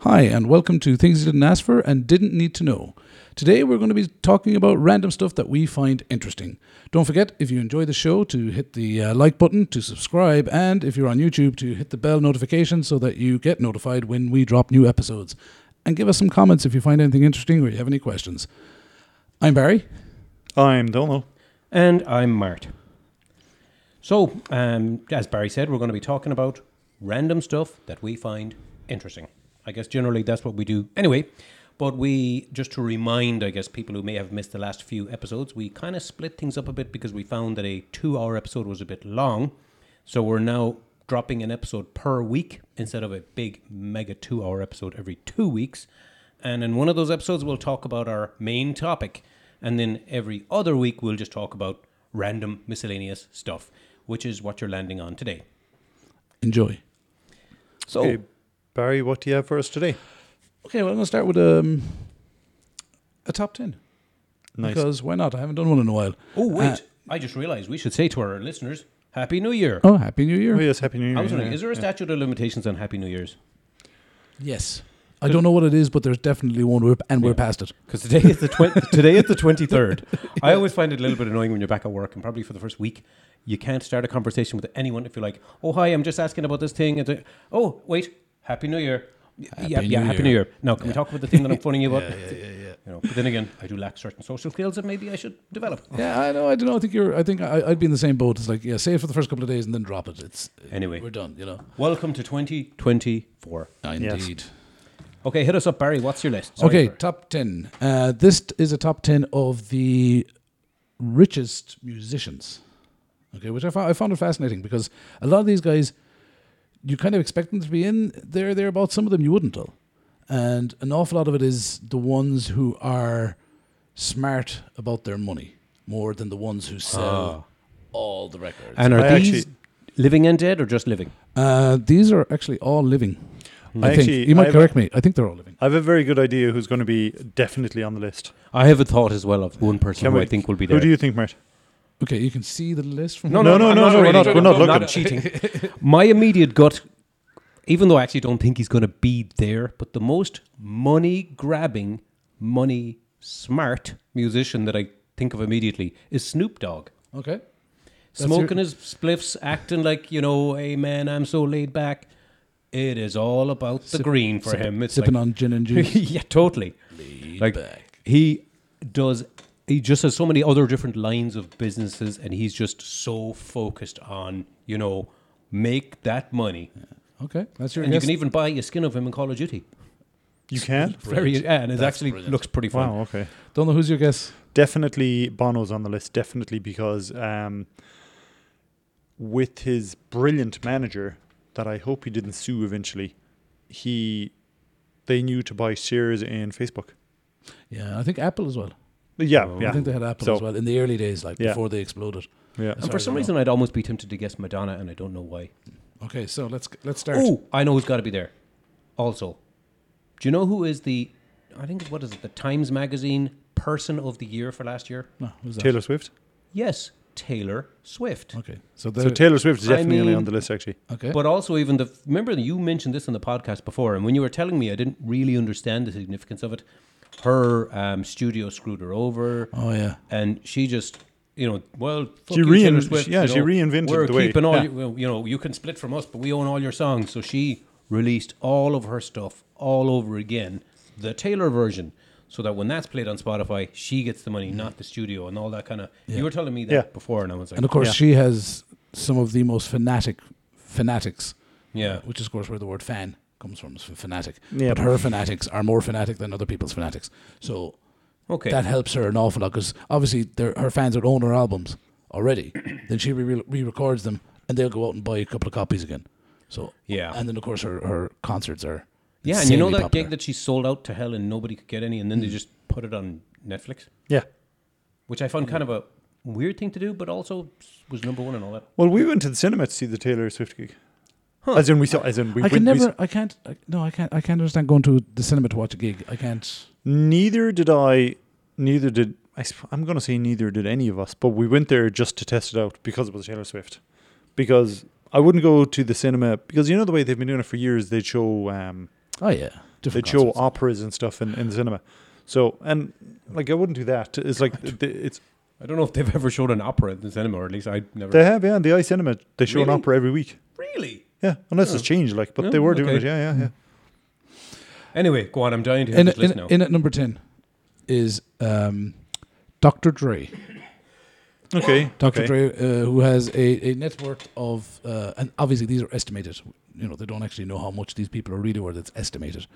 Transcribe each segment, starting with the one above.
Hi, and welcome to Things You Didn't Ask For and Didn't Need to Know. Today, we're going to be talking about random stuff that we find interesting. Don't forget, if you enjoy the show, to hit the uh, like button, to subscribe, and if you're on YouTube, to hit the bell notification so that you get notified when we drop new episodes. And give us some comments if you find anything interesting or you have any questions. I'm Barry. I'm Donal. And I'm Mart. So, um, as Barry said, we're going to be talking about random stuff that we find interesting. I guess generally that's what we do anyway. But we, just to remind, I guess, people who may have missed the last few episodes, we kind of split things up a bit because we found that a two hour episode was a bit long. So we're now dropping an episode per week instead of a big mega two hour episode every two weeks. And in one of those episodes, we'll talk about our main topic. And then every other week, we'll just talk about random miscellaneous stuff, which is what you're landing on today. Enjoy. So, Hey, Barry, what do you have for us today? Okay, well, I'm going to start with um, a top 10. Nice. Because why not? I haven't done one in a while. oh, wait, Uh, I just realized we should say to our listeners, Happy New Year. Oh, Happy New Year. Oh, yes, Happy New Year. I was wondering, yeah. is there a statute of limitations on Happy New Year's? Yes. I don't know what it is, but there's definitely one, we're, and we're Yeah. past it. Because today is the twen- today is the twenty third. I always find it a little bit annoying when you're back at work, and probably for the first week, you can't start a conversation with anyone if you're like, "Oh hi, I'm just asking about this thing." And they- oh wait, Happy New Year. Y- Happy yeah, yeah, New Happy Year. New Year. Now, can we talk about the thing that I'm phoning you about? You know, but then again, I do lack certain social skills that maybe I should develop. Yeah, I know. I don't know. I think you're. I think I, I'd be in the same boat. It's like, yeah, say it for the first couple of days and then drop it. It's Anyway. we're done. You know. Welcome to 2024. Indeed. Okay, hit us up, Barry. What's your list? Sorry Okay, for- top ten. Uh, this t- is a top ten of the richest musicians. Okay, which I found I found it fascinating because a lot of these guys, you kind of expect them to be in there thereabouts. Some of them you wouldn't though, and an awful lot of it is the ones who are smart about their money more than the ones who sell all the records. Ah. And are I these actually- living and dead or just living? Uh, these are actually all living. Hmm. I, think actually- you might I've- correct me. I think they're all living. I have a very good idea who's going to be definitely on the list. I have a thought as well of one person Can who we- I think will be there. Who do you think, Mert? Okay, you can see the list from. No, No, no, no, no, no, no, no, we're not- we're not I'm looking. cheating. My immediate gut, even though I actually don't think he's going to be there, but the most money grabbing, money smart musician that I think of immediately is Snoop Dogg. Okay. That's your- Smoking his spliffs, acting like, you know, hey man, I'm so laid back. It is all about the green for him. It's Sipping like, on gin and juice. yeah, totally. like he does. He just has so many other different lines of businesses, and he's just so focused on you know make that money. Okay, that's your And you guess. can even buy a skin of him in Call of Duty. You can? Very, yeah, and it actually looks pretty fun. Wow, okay. Don't know who's your guess. Definitely Bono's on the list, definitely because um, with his brilliant manager that I hope he didn't sue eventually, he they knew to buy shares in Facebook. Yeah, I think Apple as well. Yeah, Oh. yeah. I think they had Apple So- as well in the early days, like Yeah. before they exploded. yeah. And Sorry, for some no. reason, I'd almost be tempted to guess Madonna, and I don't know why. Okay, so let's let's start. Oh, I know who's got to be there. Also, do you know who is the? I think what is it? The Times Magazine Person of the Year for last year. No, who's that? Taylor Swift. Yes, Taylor Swift. Okay, so, So there. Taylor Swift is Uh, I definitely mean- on the list, actually. okay, But also, even the remember you mentioned this on the podcast before, and when you were telling me, I didn't really understand the significance of it. Her um, studio screwed her over, oh yeah, and she just, you know, well, She fuck you, Taylor rein- Swift, yeah, you she know, reinvented We're the way- keeping all, yeah. you, well, you know, you can split from us, but we own all your songs. So she released all of her stuff all over again, the Taylor version, so that when that's played on Spotify, she gets the money, not the studio, and all that kind of. You were telling me that Yeah. before, and I was like, and of course Yeah. she has some of the most fanatic fanatics. yeah, which is of course where the word fan comes from, is from fanatic. Yeah. But her fanatics are more fanatic than other people's fanatics. So okay, that helps her an awful lot because obviously their- her fans would own her albums already. then she re- re- records them and they'll go out and buy a couple of copies again. So Yeah. and then of course her, her concerts are Yeah, and you know insanely that popular. Hmm. gig that she sold out to hell and nobody could get any, and then they just put it on Netflix, Yeah. which I found kind of a weird thing to do, but also was number one and all that. Well, we went to the cinema to see the Taylor Swift gig. As in, we saw. As in, we I can went- we never, I can't, I, no, I can't, I can't understand going to the cinema to watch a gig. I can't. Neither did I. Neither did I. sp- I'm going to say neither did any of us. But we went there just to test it out because it was Taylor Swift. Because I wouldn't go to the cinema because you know the way they've been doing it for years. They'd show um, Oh yeah, Different they'd show concerts. operas and stuff in, in the cinema. So and like I wouldn't do that. It's like the, it's I don't know if they've ever showed an opera in the cinema, or at least I never. they have yeah in the i cinema they show Really? an opera every week. really? Yeah, unless Oh. it's changed like, but Yeah, they were doing okay. it. Yeah, yeah, yeah. Anyway, go on. I'm dying to hear In, this in, list in, now. at number 10 is um, Dr. Dre. Okay, Dr. okay. Dre, uh, who has a, a net worth of, uh, and obviously these are estimated. You know, they don't actually know how much these people are really worth. It's estimated.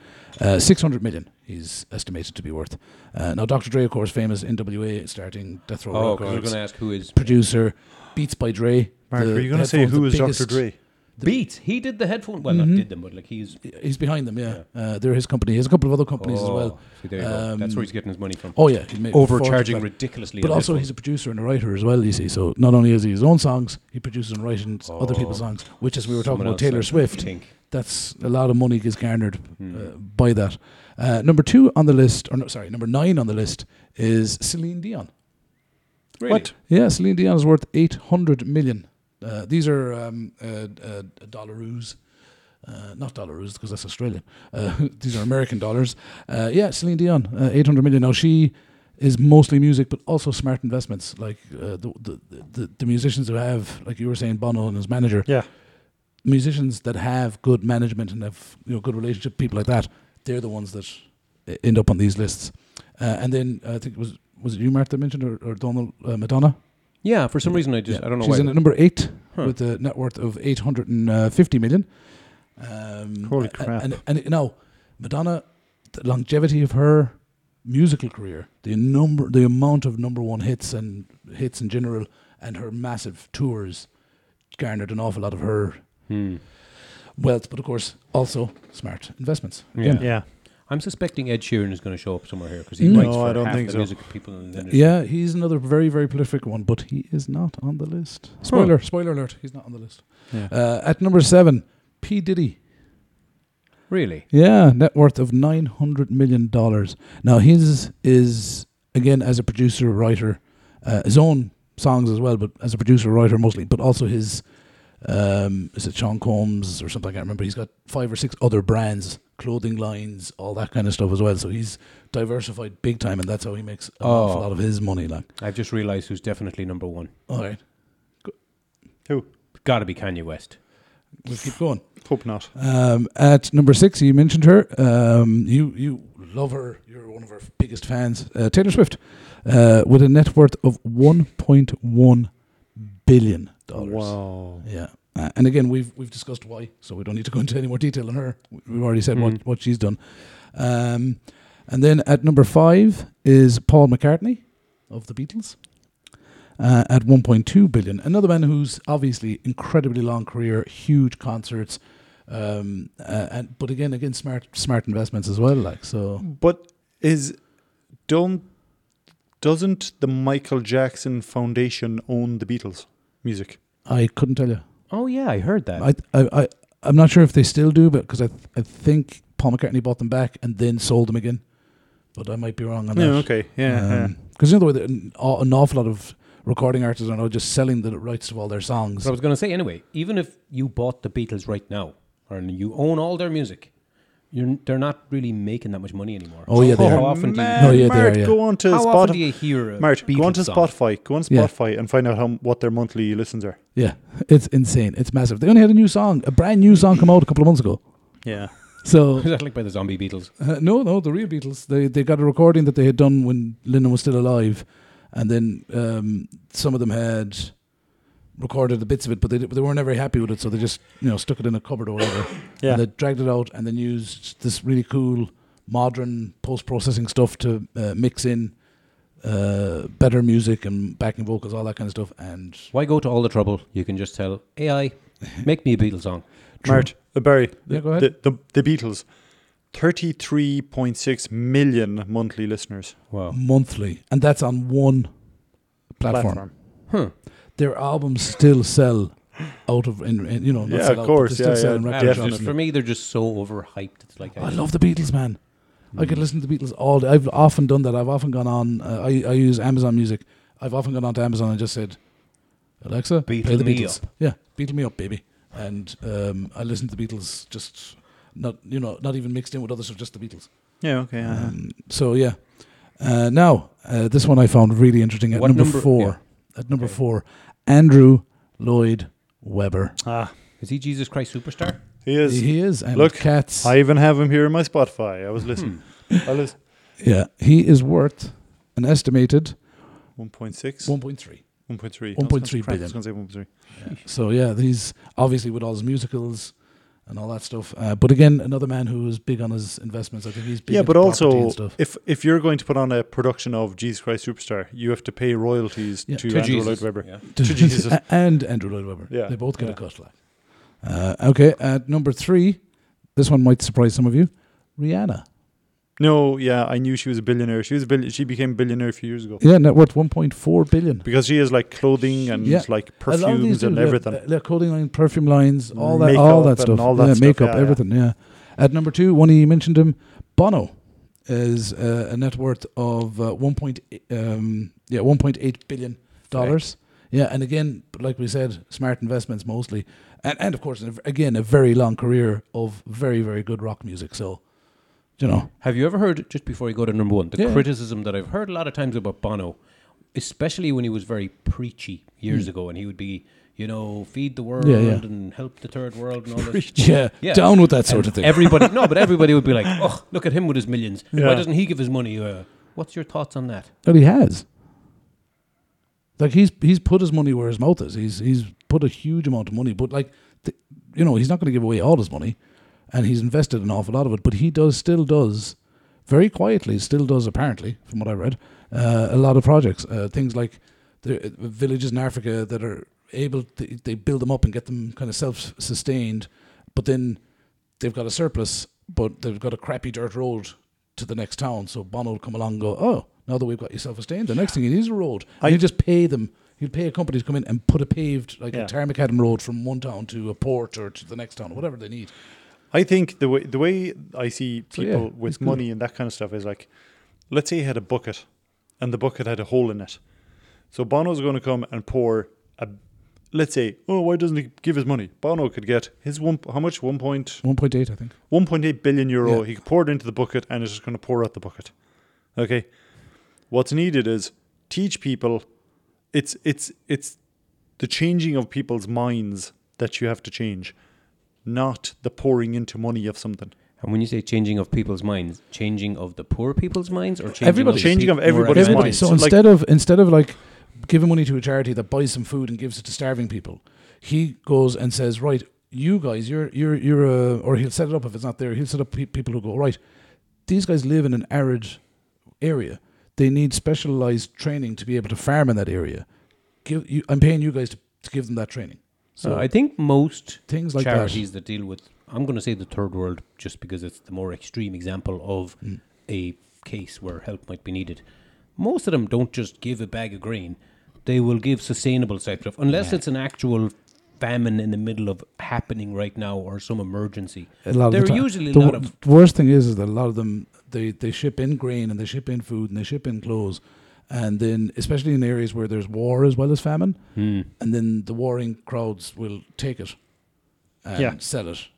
Uh, 600 million he's estimated to be worth. Uh, now, Dr. Dre, of course, famous NWA, starting Death Row oh, because we're Records, going to ask who is producer, Beats by Dre. Mark, the- are you going the to say headphones, who the is biggest- Dr. Dre? Beats. He did the headphone. Well, Mhm. not did them, but like he's He's behind them, yeah. Uh, they're his company. He has a couple of other companies as well. Oh, see, there you go. That's where Um, he's getting his money from. Oh, yeah. he made Overcharging 45. ridiculously. But on also, this he's a producer and a writer as well. You see, so not only is he his own songs, he produces and writes other people's Oh. songs. Which, as we were one. talking Someone about else Taylor like Swift, Tink. that's a lot of money gets garnered uh, Hmm. by that. Uh, number two on the list, or no, sorry, number nine on the list is Celine Dion. Really? What? Yeah, Celine Dion is worth eight hundred million. Uh, these are um, uh, uh, dollaroos. Uh, not dollaroos because that's Australian. Uh, these are American dollars. Uh, yeah, Celine Dion, uh, eight hundred million. Now she is mostly music, but also smart investments. Like uh, the, the the the musicians who have, like you were saying, Bono and his manager, Yeah, musicians that have good management and have you know good relationship people like that. They're the ones that uh, end up on these lists. Uh, and then uh, I think it was was it you, Mark, that mentioned or, or Donald uh, Madonna? Yeah, for some reason I just Yeah. I don't know She's why. in at number eight Huh. with a net worth of eight hundred and fifty million. Um, Holy a- crap. And, and, you know, Madonna, the longevity of her musical career, the number, the amount of number one hits and hits in general, and her massive tours, garnered an awful lot of her Hmm. wealth. But of course, also smart investments. Yeah. Again. yeah. I'm suspecting Ed Sheeran is going to show up somewhere here because he Mm. writes No, for I don't half think the so. music people in the industry. Yeah, he's another very, very prolific one, but he is not on the list. Spoiler, spoiler alert, he's not on the list. yeah. Uh, at number seven, P. Diddy. Really? Yeah, net worth of nine hundred million dollars. Now his is again as a producer writer, uh, his own songs as well, but as a producer writer mostly, but also his um, is it Sean Combs or something? I can't remember. He's got five or six other brands, clothing lines, all that kind of stuff as well. So he's diversified big time, and that's how he makes an awful Oh. lot of his money. Like, I've just realised who's definitely number one. all right, Who? Got to be Kanye West. we'll keep going. Hope not. Um, at number six, you mentioned her. Um, you you love her. You're one of her biggest fans. Uh, Taylor Swift, uh, with a net worth of 1.1 billion dollars. Wow. Yeah. Uh, and again, we've we've discussed why, so we don't need to go into any more detail on her. We- We've already said what, Mhm. what she's done. Um, and then at number five is Paul McCartney of the Beatles uh, at 1.2 billion. Another man who's obviously incredibly long career, huge concerts, um, uh, and but again, again, smart smart investments as well. Like so, But is don't doesn't the Michael Jackson Foundation own the Beatles music? I couldn't tell you. Oh yeah, I heard that. I, I, I I'm not sure if they still do, but because I, th- I think Paul McCartney bought them back and then sold them again. But I might be wrong on that. Yeah. Okay. Yeah. Um, yeah. Because you know the way that an, aw- an awful lot of recording artists are now just selling the rights to all their songs. But I was going to say anyway. Even if you bought the Beatles right now, or you own all their music, you're they're not really making that much money anymore. Oh, yeah, they how are. often man, No, do Oh, you, yeah, they Mart, are, yeah. go on to how often do Spotify. you hear a Mart, go on to Beatles song? Spotify. Go on Yeah. Spotify and find out how m- what their monthly listens are. Yeah, it's insane. It's massive. They only had a new song, a brand new song, come out a couple of months ago. Yeah. So Is that like by the Zombie Beatles? Uh, no, no, the real Beatles. They they got a recording that they had done when Lennon was still alive, and then um, some of them had recorded the bits of it, but they di- they weren't very happy with it, so they just you know stuck it in a cupboard or whatever. Yeah. And they dragged it out and then used this really cool modern post processing stuff to uh, mix in uh, better music and backing vocals, all that kind of stuff. And Why go to all the trouble? You can just tell AI, make me a Beatles song. Mart, uh, Barry, yeah, go ahead. the, the the Beatles, thirty three point six million monthly listeners Wow. Monthly, and that's on one platform. platform. Huh. their albums still sell out of in, in you know not Yeah, sell of out, but course, they still yeah, sell yeah, in Ah, record it's definitely. shops. just- for me, they're just so overhyped. It's like I love the Beatles man I Mm. could listen to the Beatles all day. I've often done that I've often gone on uh, I, I use Amazon music I've often gone on to Amazon and just said Alexa play Beatle the me Beatles yeah Beatle me up baby and um, I listen to the Beatles just not you know not even mixed in with other stuff, just the Beatles. Yeah, okay. uh-huh. Um, so yeah. Uh, now uh, this one I found really interesting at What number, number- four. At number Okay. four, Andrew Lloyd Webber. ah, Is he Jesus Christ superstar? he is. He is and Look, cats. I even have him here in my Spotify. I was listening. Hmm. I listen. yeah, he is worth an estimated 1.6, one point three. 1.3 1.3. Crap, I was billion. gonna say 1.3. So yeah, he's obviously with all his musicals and all that stuff. Uh, but again, another man who is big on his investments. I think he's big Yeah, into but property also, and stuff. if if you're going to put on a production of Jesus Christ Superstar, you have to pay royalties Yeah. to, To Andrew Jesus. Lloyd Webber. Yeah. to to Jesus. A- and Andrew Lloyd Webber. Yeah, they both get a yeah. cut. Like, uh, okay, at number three, this one might surprise some of you, Rihanna. No, yeah, I knew she was a billionaire. She was a billion. She became billionaire a few years ago Yeah, net worth one point four billion. because she has like clothing and Yeah. like A lot of these perfumes and do, yeah, everything. uh, yeah, clothing line, perfume lines, all that, all Makeup that and stuff. all that yeah, stuff, makeup, yeah, yeah. everything. Yeah. At number two, one of you mentioned him, Bono, is uh, a net worth of uh, one point, um, yeah, one point eight billion dollars. Yeah, and again, like we said, smart investments mostly, and and of course, again, a very long career of very very good rock music. So, you know, Have you ever heard, just before you go to number one, the Yeah. criticism that I've heard a lot of times about Bono, especially when he was very preachy years Hmm. ago and he would be, you know, feed the world yeah. and help the third world and all this. yeah, Yeah. down with that sort of thing. Everybody, no, but everybody would be like, oh, look at him with his millions. Why Yeah. doesn't he give his money? Uh, what's your thoughts on that? Well, he has. Like he's he's put his money where his mouth is. He's he's put a huge amount of money, but like, th- you know, he's not going to give away all his money, and he's invested an awful lot of it. But he does still does, very quietly, still does apparently, from what I read, uh, a lot of projects, uh, things like the uh, villages in Africa that are able to, they build them up and get them kind of self sustained, but then they've got a surplus, but they've got a crappy dirt road to the next town. So Bono will come along and go, oh, now that we've got yourself a stain, the next thing you need is a road. I- And you just pay them. You'd pay a company to come in and put a paved, like Yeah. a Tarmacadam road from one town to a port or to the next town, whatever they need. I think the way the way I see So, people yeah, it's with good. money and that kind of stuff is like, let's say you had a bucket, and the bucket had a hole in it. So Bono's going to come and pour a. Let's say, oh, why doesn't he give his money? Bono could get his one. How much? One point 1.8, I think. 1.8 billion euro. Yeah. He could pour it into the bucket and it's just going to pour out the bucket. Okay. What's needed is teach people. It's it's it's the changing of people's minds that you have to change, not the pouring into money of something. And when you say changing of people's minds, changing of the poor people's minds or changing Everybody. of Changing peop- of more everybody's advantaged? Everybody. minds. So Like- instead of instead of like giving money to a charity that buys some food and gives it to starving people, he goes and says, "Right, you guys, you're you're you're," uh, or he'll set it up if it's not there. He'll set up pe- people who go, "Right, these guys live in an arid area. They need specialized training to be able to farm in that area. Give you, I'm paying you guys to, to give them that training. So So Uh, I think most things like charities that. deal with, I'm going to say the third world, just because it's the more extreme example of Mm. a case where help might be needed. Most of them don't just give a bag of grain; they will give sustainable type stuff, unless it's an actual famine in the middle of happening right now or some emergency. that, a lot of There the are time. usually a The lot wor- of the worst thing is, is that a lot of them they, they ship in grain and they ship in food and they ship in clothes, and then especially in areas where there's war as well as famine, Hmm. and then the warring crowds will take it, and Yeah. sell it,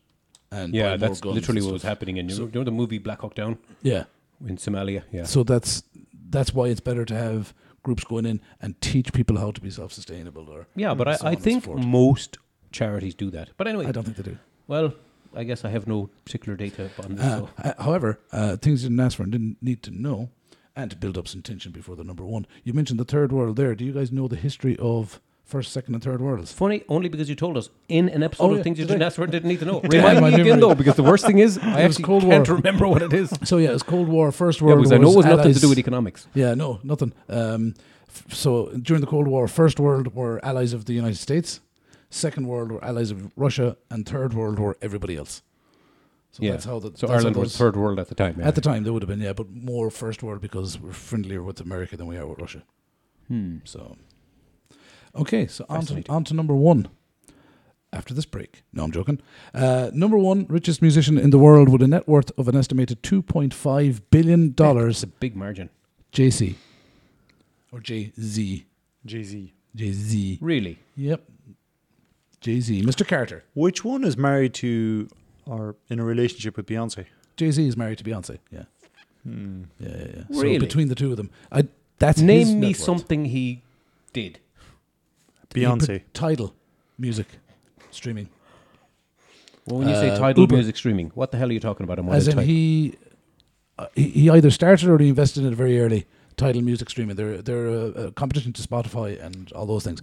and buy yeah, more that's guns literally and what was stuff. happening in you know the movie Black Hawk Down Yeah, in Somalia. Yeah, so that's that's why it's better to have groups going in and teach people how to be self-sustainable or yeah, but I, so on I and so think forth. most charities do that. But anyway, I don't think they do. Well, I guess I have no particular data on this. Uh, so. h- however, uh, things you didn't ask for and didn't need to know, and to build up some tension before the number one. You mentioned the third world there. Do you guys know the history of first, second, and third worlds? Funny, only because you told us in an episode Oh, of yeah, Things You did I? Didn't Ask For, didn't need to know. Yeah, Remind my me again, memory. though, because the worst thing is I It was actually Cold can't War. remember what it is. So yeah, it's Cold War, First Yeah, World because War. I know it was nothing to allies- do with economics. Yeah, no, nothing. Um, f- so during the Cold War, First World were allies of the United States, Second World were allies of Russia, and Third World were everybody else. So yeah. that's how the so that's how Ireland was those- third world at the time. Yeah. At the time, they would have been, yeah, but more First World because we're friendlier with America than we are with Russia. Hmm. So, okay, so on to, Fascinating. on to number one after this break. No, I'm joking. Uh, number one, richest musician in the world with a net worth of an estimated $2.5 billion, It's a big margin. JC. Or JZ. Jay Z. JZ. Really? Yep. JZ. Mr. Carter. Which one is married to or in a relationship with Beyonce. Jay Z is married to Beyonce. Yeah, Hmm. yeah, yeah. yeah. Really? So between the two of them, I that's his Name net me worth. something he did. He put Beyonce. Tidal, music, streaming. Well, when you say Uh, tidal Uber. music streaming, what the hell are you talking about? And what As is in tidal? he, uh, he he either started or he invested in it very early. Tidal music streaming. They're they're a, a competition to Spotify and all those things.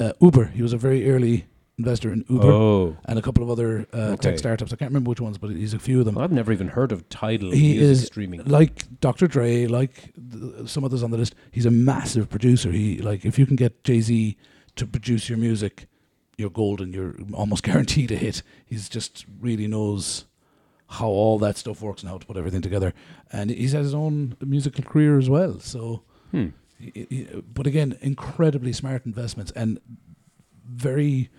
Uh, Uber. He was a very early investor in Uber Oh, and a couple of other uh, Okay. tech startups. I can't remember which ones, but he's a few of them. I've never even heard of tidal He music is streaming. like Dr. Dre, like th- some others on the list, he's a massive producer. He like if you can get Jay Z to produce your music, you're golden. You're almost guaranteed a hit. He's just really knows how all that stuff works and how to put everything together. And he's had his own musical career as well. So, Hmm. he- he- but again, incredibly smart investments and very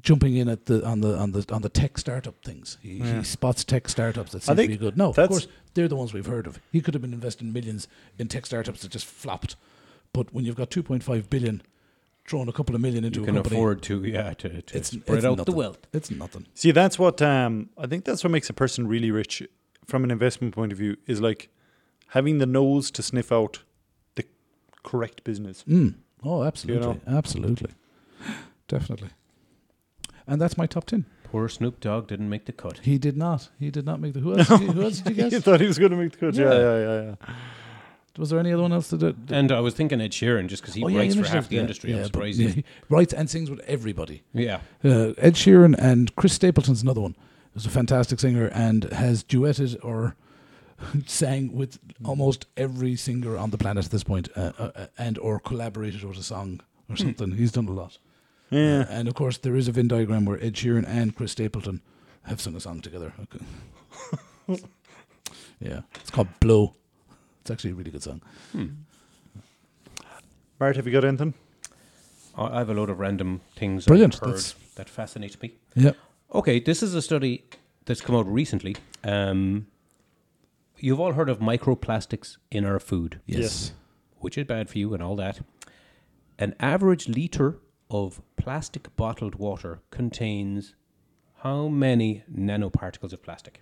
jumping in at the on the on the on the tech startup things. He, Yeah. he spots tech startups that I seem to think be good. No, of that's- course they're the ones we've heard of. He could have been investing millions in tech startups that just flopped. But when you've got 2.5 billion, throwing a couple of million into You a can company, afford to, yeah, to, to It's- spread it's out the nothing. wealth. it's nothing. See, that's what um, I think. That's what makes a person really rich from an investment point of view is like having the nose to sniff out the correct business. Mm. Oh, absolutely, absolutely, definitely. And that's my top ten. Poor Snoop Dogg didn't make the cut. He did not. He did not make the. Who else? did you- who else did you you guess? thought he was going to make the cut. Yeah, Yeah. yeah, yeah. yeah, Was there any other one else that? did- And I was thinking Ed Sheeran just because he Oh, yeah, writes you for mentioned half it. the Yeah, industry. yeah, I'm but- surprised. yeah, he writes and sings with everybody. yeah. Uh, Ed Sheeran and Chris Stapleton's another one. Who's a fantastic singer and has duetted or sang with almost every singer on the planet at this point, uh, uh, uh, and or collaborated with a song or Hmm. something. He's done a lot. Yeah. Uh, and of course, there is a Venn diagram where Ed Sheeran and Chris Stapleton have sung a song together. Okay. yeah, it's called Blow. It's actually a really good song. Bart, have you got anything? I I have a load of random things Brilliant, I've heard that's- that fascinates me. Yeah. Okay, this is a study that's come out recently. Um, you've all heard of microplastics in our food, Yes. which is bad for you and all that. An average liter of plastic bottled water contains how many nanoparticles of plastic?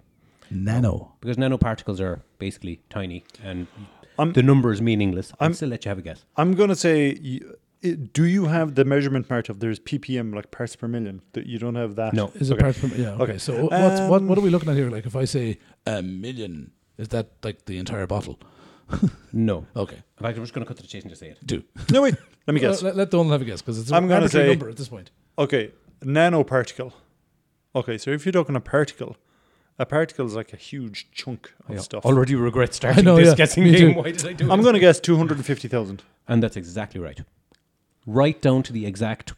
Nano. Because nanoparticles are basically tiny, and I'm- the number is meaningless. I'll still let you have a guess. I'm going to say, you, it, do you have the measurement part of there's ppm, like parts per million? That you don't have that. No. Is Okay. apart from yeah. Okay. Okay. So what's, what Um, what are we looking at here? Like if I say a million, is that like the entire bottle? No. Okay. In fact, I'm just going to cut to the chase and just say it. Do. No, wait. Let me guess. Uh, let, let Donald have a guess because it's an I'm gonna arbitrary say- number at this point. Okay, nanoparticle. Okay, so if you're talking a particle, a particle is like a huge chunk of Yeah. stuff. Already regret starting know, this yeah. guessing Me game. too. Why did I do it? I'm going to guess 250,000. And that's exactly right. Right down to the exact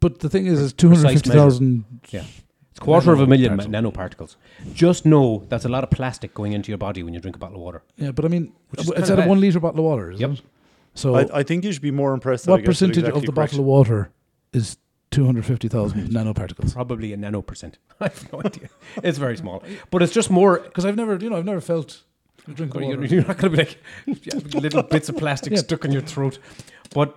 But the thing is, it's two Precise hundred fifty thousand. yeah. It's quarter of a million ma- Nanoparticle. nanoparticles. Just know that's a lot of plastic going into your body when you drink a bottle of water. Yeah, but I mean, Which is it's kinda at a bad. one liter bottle of water, isn't Yep. it? So I, I think you should be more impressed. That I what guessed it percentage exactly of the correct. bottle of water is two hundred fifty thousand nanoparticles? Probably a nano percent. I have no idea. It's very small, but it's just more. Because I've never, you know, I've never felt a drink of You're, water. you're not going to be like yeah, little bits of plastic Yeah. stuck in your throat, but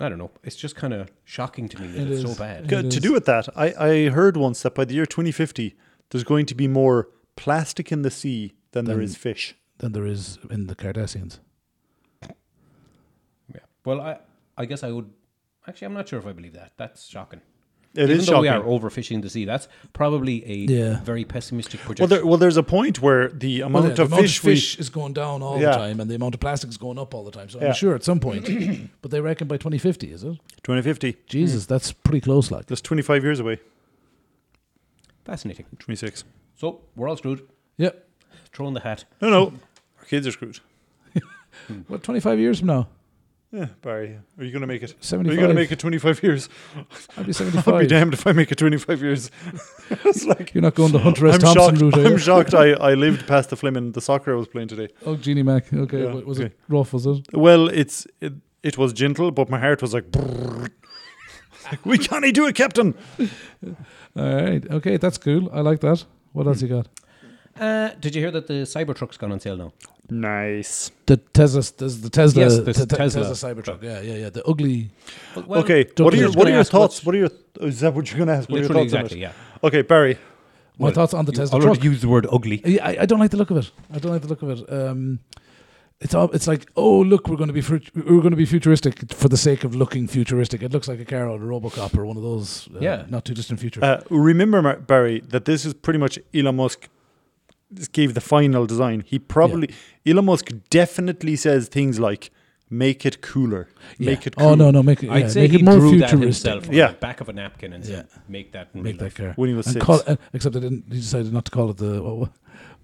I don't know. It's just kind of shocking to me that It it's is. so bad. It Good, to is. do with that, I, I heard once that by the year 2050, there's going to be more plastic in the sea than there Than- is fish. Than there is in the Cardassians. Yeah. Well, I I guess I would. Actually, I'm not sure if I believe that. That's shocking. It Even is though shocking. we are overfishing the sea, that's probably a Yeah. very pessimistic well, projection. there, well, there's a point where the amount Well, yeah, the of amount fish, of fish is going down all Yeah. the time, and the amount of plastic is going up all the time. So Yeah. I'm sure at some point, but they reckon by 2050, is it? we 2050. Jesus, that's pretty close. Like, That's 25 years away. Fascinating. 26. So we're all screwed. yep. Throw in the hat. No, no. Our kids are screwed. What 25 years from now? Yeah, Barry, are you going to make it? Are 75. you going to make it 25 years? I'll be I'll be 75. damned if I make it 25 years. it's like You're not going the Hunter S. I'm Thompson shocked. route, are you? I'm shocked. I, I lived past the Fleming, the soccer I was playing today. Oh, Jeannie Mac. Okay, Yeah, wa- was okay. it rough? Was it? Well, it's it, it was gentle, but my heart was like. brrrr. we can't do it, Captain. All right. Okay, that's cool. I like that. What else you got? Uh, did you hear that the Cybertruck's gone on sale now? Nice. The Tesla. There's the Tesla. Yes, there's te- te- the Tesla. Tesla Cybertruck. Yeah, yeah, yeah. The ugly. Well, okay. don't What are be- your just What are gonna your ask what's- thoughts? What are your? Is that what you're going to ask? What are your Literally thoughts on exactly, it? yeah. Okay, Barry. My Well, thoughts on the you Tesla already truck. used the word ugly. Yeah, I, I don't like the look of it. I don't like the look of it. Um, it's all, it's like oh look we're going to be fru- we're going to be futuristic for the sake of looking futuristic. It looks like a car out of RoboCop or one of those uh, Yeah. not too distant future. Uh, remember, Mar- Barry, that this is pretty much Elon Musk just gave the final design. He probably Elon Musk definitely says things like "make it cooler," Yeah. "make it cool." oh no no make it yeah, I'd say make he it more drew futuristic. that himself on Yeah. the back of a napkin and said, "Make that." in Make real that life." car. When he was And six, call, uh, except I didn't. He decided not to call it the. What, what,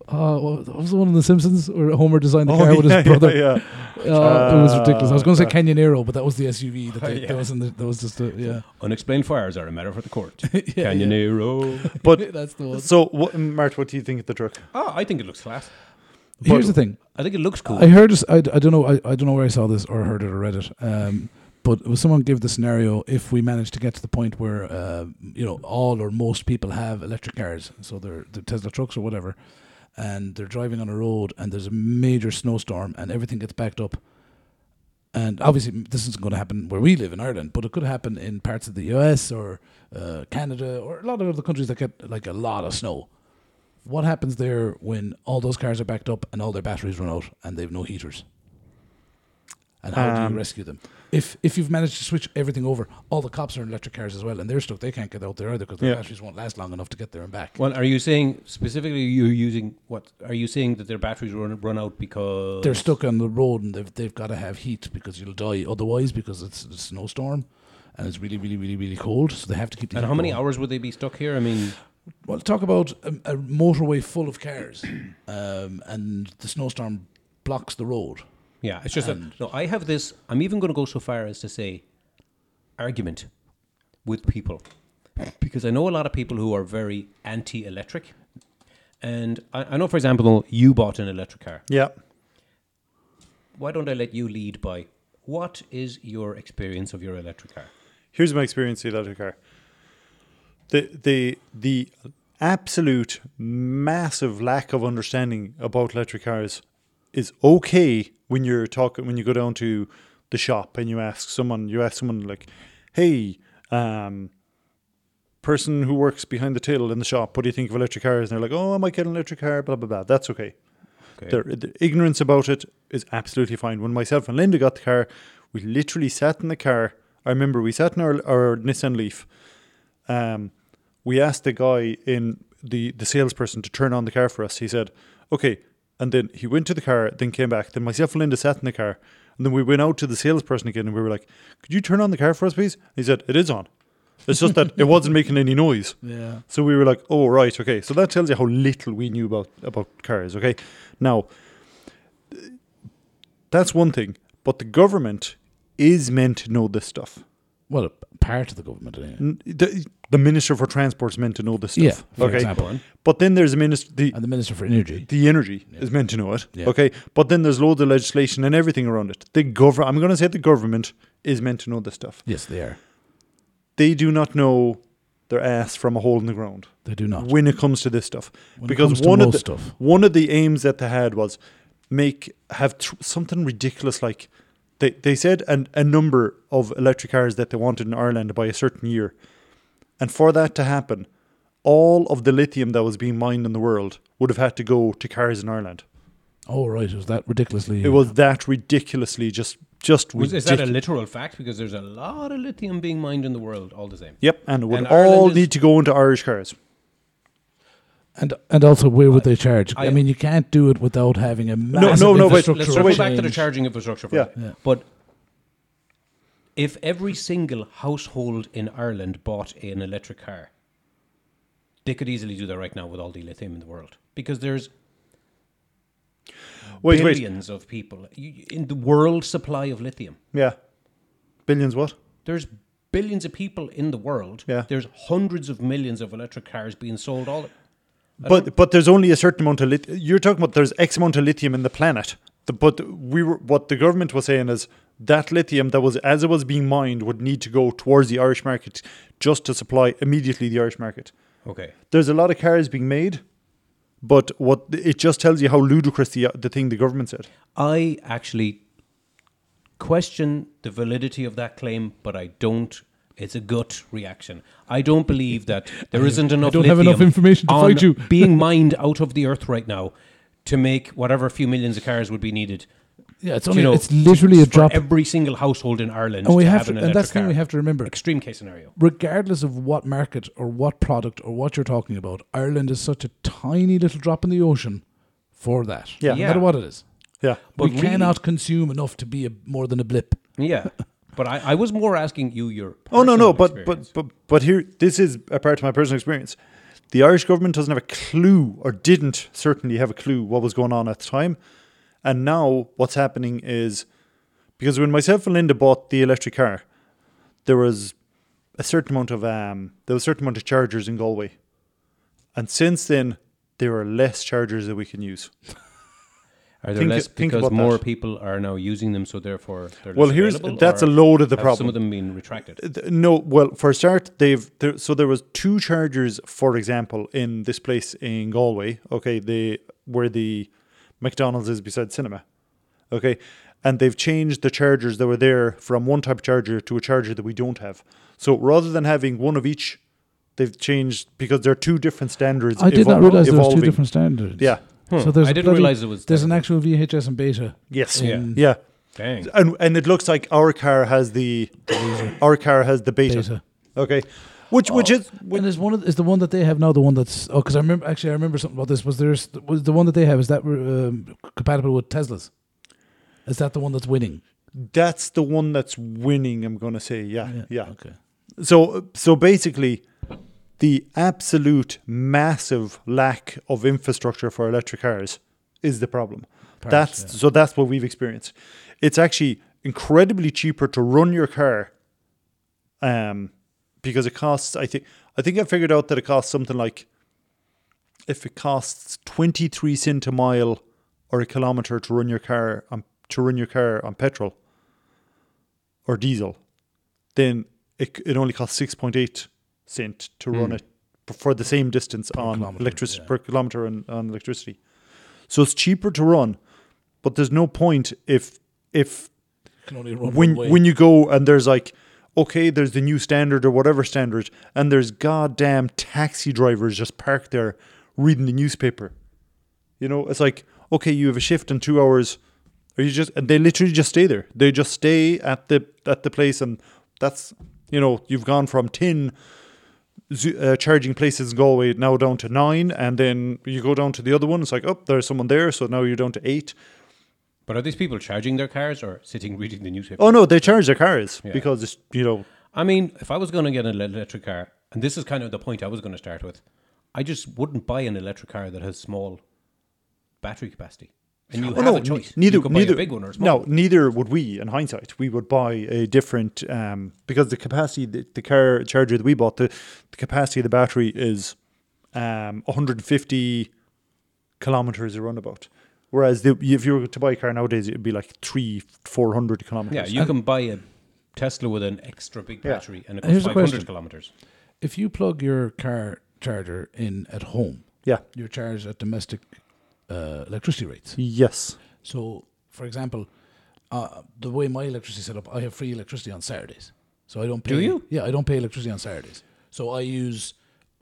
uh, what was the one in The Simpsons where Homer designed the Oh, car with yeah, his brother? yeah, Uh, it was ridiculous. I was going to Uh, Oh, say Canyonero, but that was the SUV that, they, Yeah. that was in the, that was just a, yeah. Unexplained fires are a matter for the court. yeah. Canyonero. yeah. But That's the one. so, what, Mart, what do you think of the truck? Ah, I think it looks class. Here's the thing. I think it looks cool. I heard. this- I, I don't know. I, I don't know where I saw this or heard it or read it. Um, but it was someone gave the scenario if we manage to get to the point where uh, you know all or most people have electric cars, so they're the Tesla trucks or whatever, and they're driving on a road and there's a major snowstorm and everything gets backed up. And obviously, m- this isn't going to happen where we live in Ireland, but it could happen in parts of the US or uh, Canada or a lot of other countries that get like a lot of snow. What happens there when all those cars are backed up and all their batteries run out and they've no heaters? And how do Um, you rescue them? If if you've managed to switch everything over, all the cops are in electric cars as well, and they're stuck. They can't get out there either because their Yeah. batteries won't last long enough to get there and back. well, are you saying specifically you're using what? Are you saying that their batteries run, run out because they're stuck on the road and they've, they've got to have heat because you'll die otherwise because it's a snowstorm and it's really, really, really, really cold. So they have to keep the And heat how many going. hours would they be stuck here? I mean, Well, talk about a, a motorway full of cars um, and the snowstorm blocks the road. yeah, it's just that, no. I have this. I'm even going to go so far as to say argument with people because I know a lot of people who are very anti-electric, and I, I know, for example, you bought an electric car. Yeah, Why don't I let you lead by what is your experience of your electric car? here's my experience with the electric car. The the the absolute massive lack of understanding about electric cars is okay when you're talking when you go down to the shop and you ask someone you ask someone like, hey, um, person who works behind the till in the shop, what do you think of electric cars? And they're like, oh, I might get an electric car, blah blah blah. That's okay. Okay. Their, the ignorance about it is absolutely fine. When myself and Linda got the car, we literally sat in the car. I remember we sat in our, our Nissan Leaf. Um, we asked the guy in the the salesperson to turn on the car for us. He said, "Okay," and then he went to the car, then came back. Then myself and Linda sat in the car, and then we went out to the salesperson again, and we were like, "Could you turn on the car for us, please?" He said, "It is on. It's just that it wasn't making any noise." Yeah. So we were like, oh, right, okay. So that tells you how little we knew about, about cars, okay? Now, that's one thing, but the government is meant to know this stuff. Well, a part of the government, eh? anyway. N- The, the Minister for Transport is meant to know this Yeah, stuff. for okay. example. But then there's a minister, the, And the Minister for Energy. the energy is meant to know it, Yeah. okay? But then there's loads of legislation and everything around it. The government, I'm going to say the government is meant to know this stuff. Yes, they are. They do not know their ass from a hole in the ground. They do not. when it comes to this stuff. When it because comes to one of most the stuff. one of the aims that they had was make have tr- something ridiculous like they they said an, a number of electric cars that they wanted in Ireland by a certain year, and for that to happen, all of the lithium that was being mined in the world would have had to go to cars in Ireland. Oh, right. It was that ridiculously. It was that ridiculously just just Was, is that a ridic- literal fact? Because there's a lot of lithium being mined in the world, all the same. Yep, and it would And all Ireland is- need to go into Irish cars. And and also, where would they charge? I, I- mean, you can't do it without having a massive no, no, but infrastructure Let's circle wait. back to the charging infrastructure. For Yeah. a second. But if every single household in Ireland bought an electric car, they could easily do that right now with all the lithium in the world because there's Wait, wait, billions of people you- in the world supply of lithium. yeah, billions what? There's billions of people in the world. Yeah. There's hundreds of millions of electric cars being sold all. But but there's only a certain amount of lithium. You're talking about there's X amount of lithium in the planet. The, but we were what the government was saying is that lithium that was as it was being mined would need to go towards the Irish market just to supply immediately the Irish market. Okay. There's a lot of cars being made, but what it just tells you how ludicrous the the thing the government said. I actually question the validity of that claim, but I don't It's a gut reaction. I don't believe that there isn't enough. don't have enough lithium information to on fight you. being mined out of the earth right now to make whatever few millions of cars would be needed. Yeah, it's Do only you know, it's literally a for drop. Every single household in Ireland. and we to have have to, an and that's electric the thing car. we have to remember. Extreme case scenario. Regardless of what market or what product or what you're talking about, Ireland is such a tiny little drop in the ocean for that. Yeah. no matter what it is, Yeah. But we really- cannot consume enough to be a, more than a blip. Yeah, but I, I was more asking you your. Oh no, personal no, but, experience. but but but here, this is a part of my personal experience. The Irish government doesn't have a clue, or didn't certainly have a clue what was going on at the time, and now what's happening is because when myself and Linda bought the electric car, there was a certain amount of um, there was a certain amount of chargers in Galway, and since then there are less chargers that we can use. are there think- less think because about more that. people are now using them, so therefore they're less Well, here's available, that's or a load of the have problem. Uh, Some of them being retracted. Th- No, well, for a start, they've there, so there was two chargers, for example, in this place in Galway. Okay, they where the McDonald's is beside cinema. Okay, and they've changed the chargers that were there from one type of charger to a charger that we don't have. So rather than having one of each, they've changed because there are two different standards. I did not evol- realize there was two evolving. different standards. Yeah, So there's Hmm. I a didn't bloody- realize it was There's an actual VHS and beta. Yes. Yeah. in yeah, Dang. and and it looks like our car has the our car has the beta. Beta. Okay, which which Oh. is And is one of, is the one that they have now the one that's oh because I remember actually I remember something about this was there's was the one that they have is that um, compatible with Teslas? Is that the one that's winning? That's the one that's winning. I'm gonna say, yeah, yeah. Okay. So, so basically, the absolute massive lack of infrastructure for electric cars is the problem. that's so. That's what we've experienced. It's actually incredibly cheaper to run your car, um, because it costs. I think I think I figured out that it costs something like, if it costs twenty three cent a mile or a kilometer to run your car on to run your car on petrol or diesel, then it, it only costs 6.8 cent to run it for the same distance on kilometre, electricity yeah. per kilometer on, on electricity. So it's cheaper to run, but there's no point if if Can only run when one way. when you go and there's like okay there's the new standard or whatever standard and there's goddamn taxi drivers just parked there reading the newspaper you know it's like okay you have a shift in two hours or you just and they literally just stay there they just stay at the at the place and that's you know you've gone from 10 zo- uh, charging places in Galway now down to nine and then you go down to the other one it's like oh there's someone there so now you're down to eight But are these people charging their cars or sitting reading the newspaper? oh no they charge their cars because it's you know I mean, if I was going to get an electric car, and this is kind of the point I was going to start with, I just wouldn't buy an electric car that has small battery capacity. And you have a choice. Oh, Neither, you could neither, buy a big one or a small. no, one. neither would we. In hindsight, we would buy a different um, because the capacity, the, the car charger that we bought, the, the capacity of the battery is um, 150 kilometers around about. Whereas the, if you were to buy a car nowadays, it'd be like three, four hundred Yeah, kilometers. you can buy a Tesla with an extra big Yeah. battery, and it Here's a goes 500 question. kilometers. if you plug your car charger in at home, yeah. you're charged at domestic uh, electricity rates. Yes. So, for example, uh, the way my electricity is set up, I have free electricity on Saturdays. So I don't pay. Do you? Yeah, I don't pay electricity on Saturdays. So I use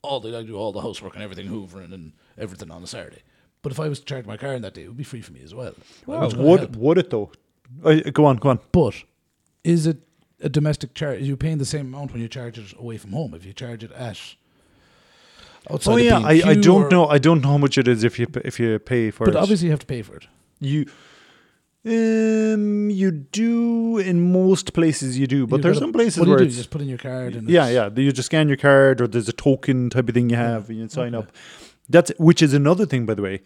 all the I do all the housework and everything, hoovering and everything on a Saturday. But if I was to charge my car on that day, it would be free for me as well. Well, Would would it though? Uh, go on, go on. Oh, but is it a domestic charge? Are you paying the same amount when you charge it away from home? If you charge it at outside oh of yeah, I, B&Q I or- don't know. I don't know how much it is if you p- if you pay for But it. obviously, you have to pay for it. You um you do in most places you do, but You've there's gotta- some places what do where you do? You it's just put in your card and yeah, it's- yeah. You just scan your card, or there's a token type of thing you have, and you sign up. That's which is another thing, by the way.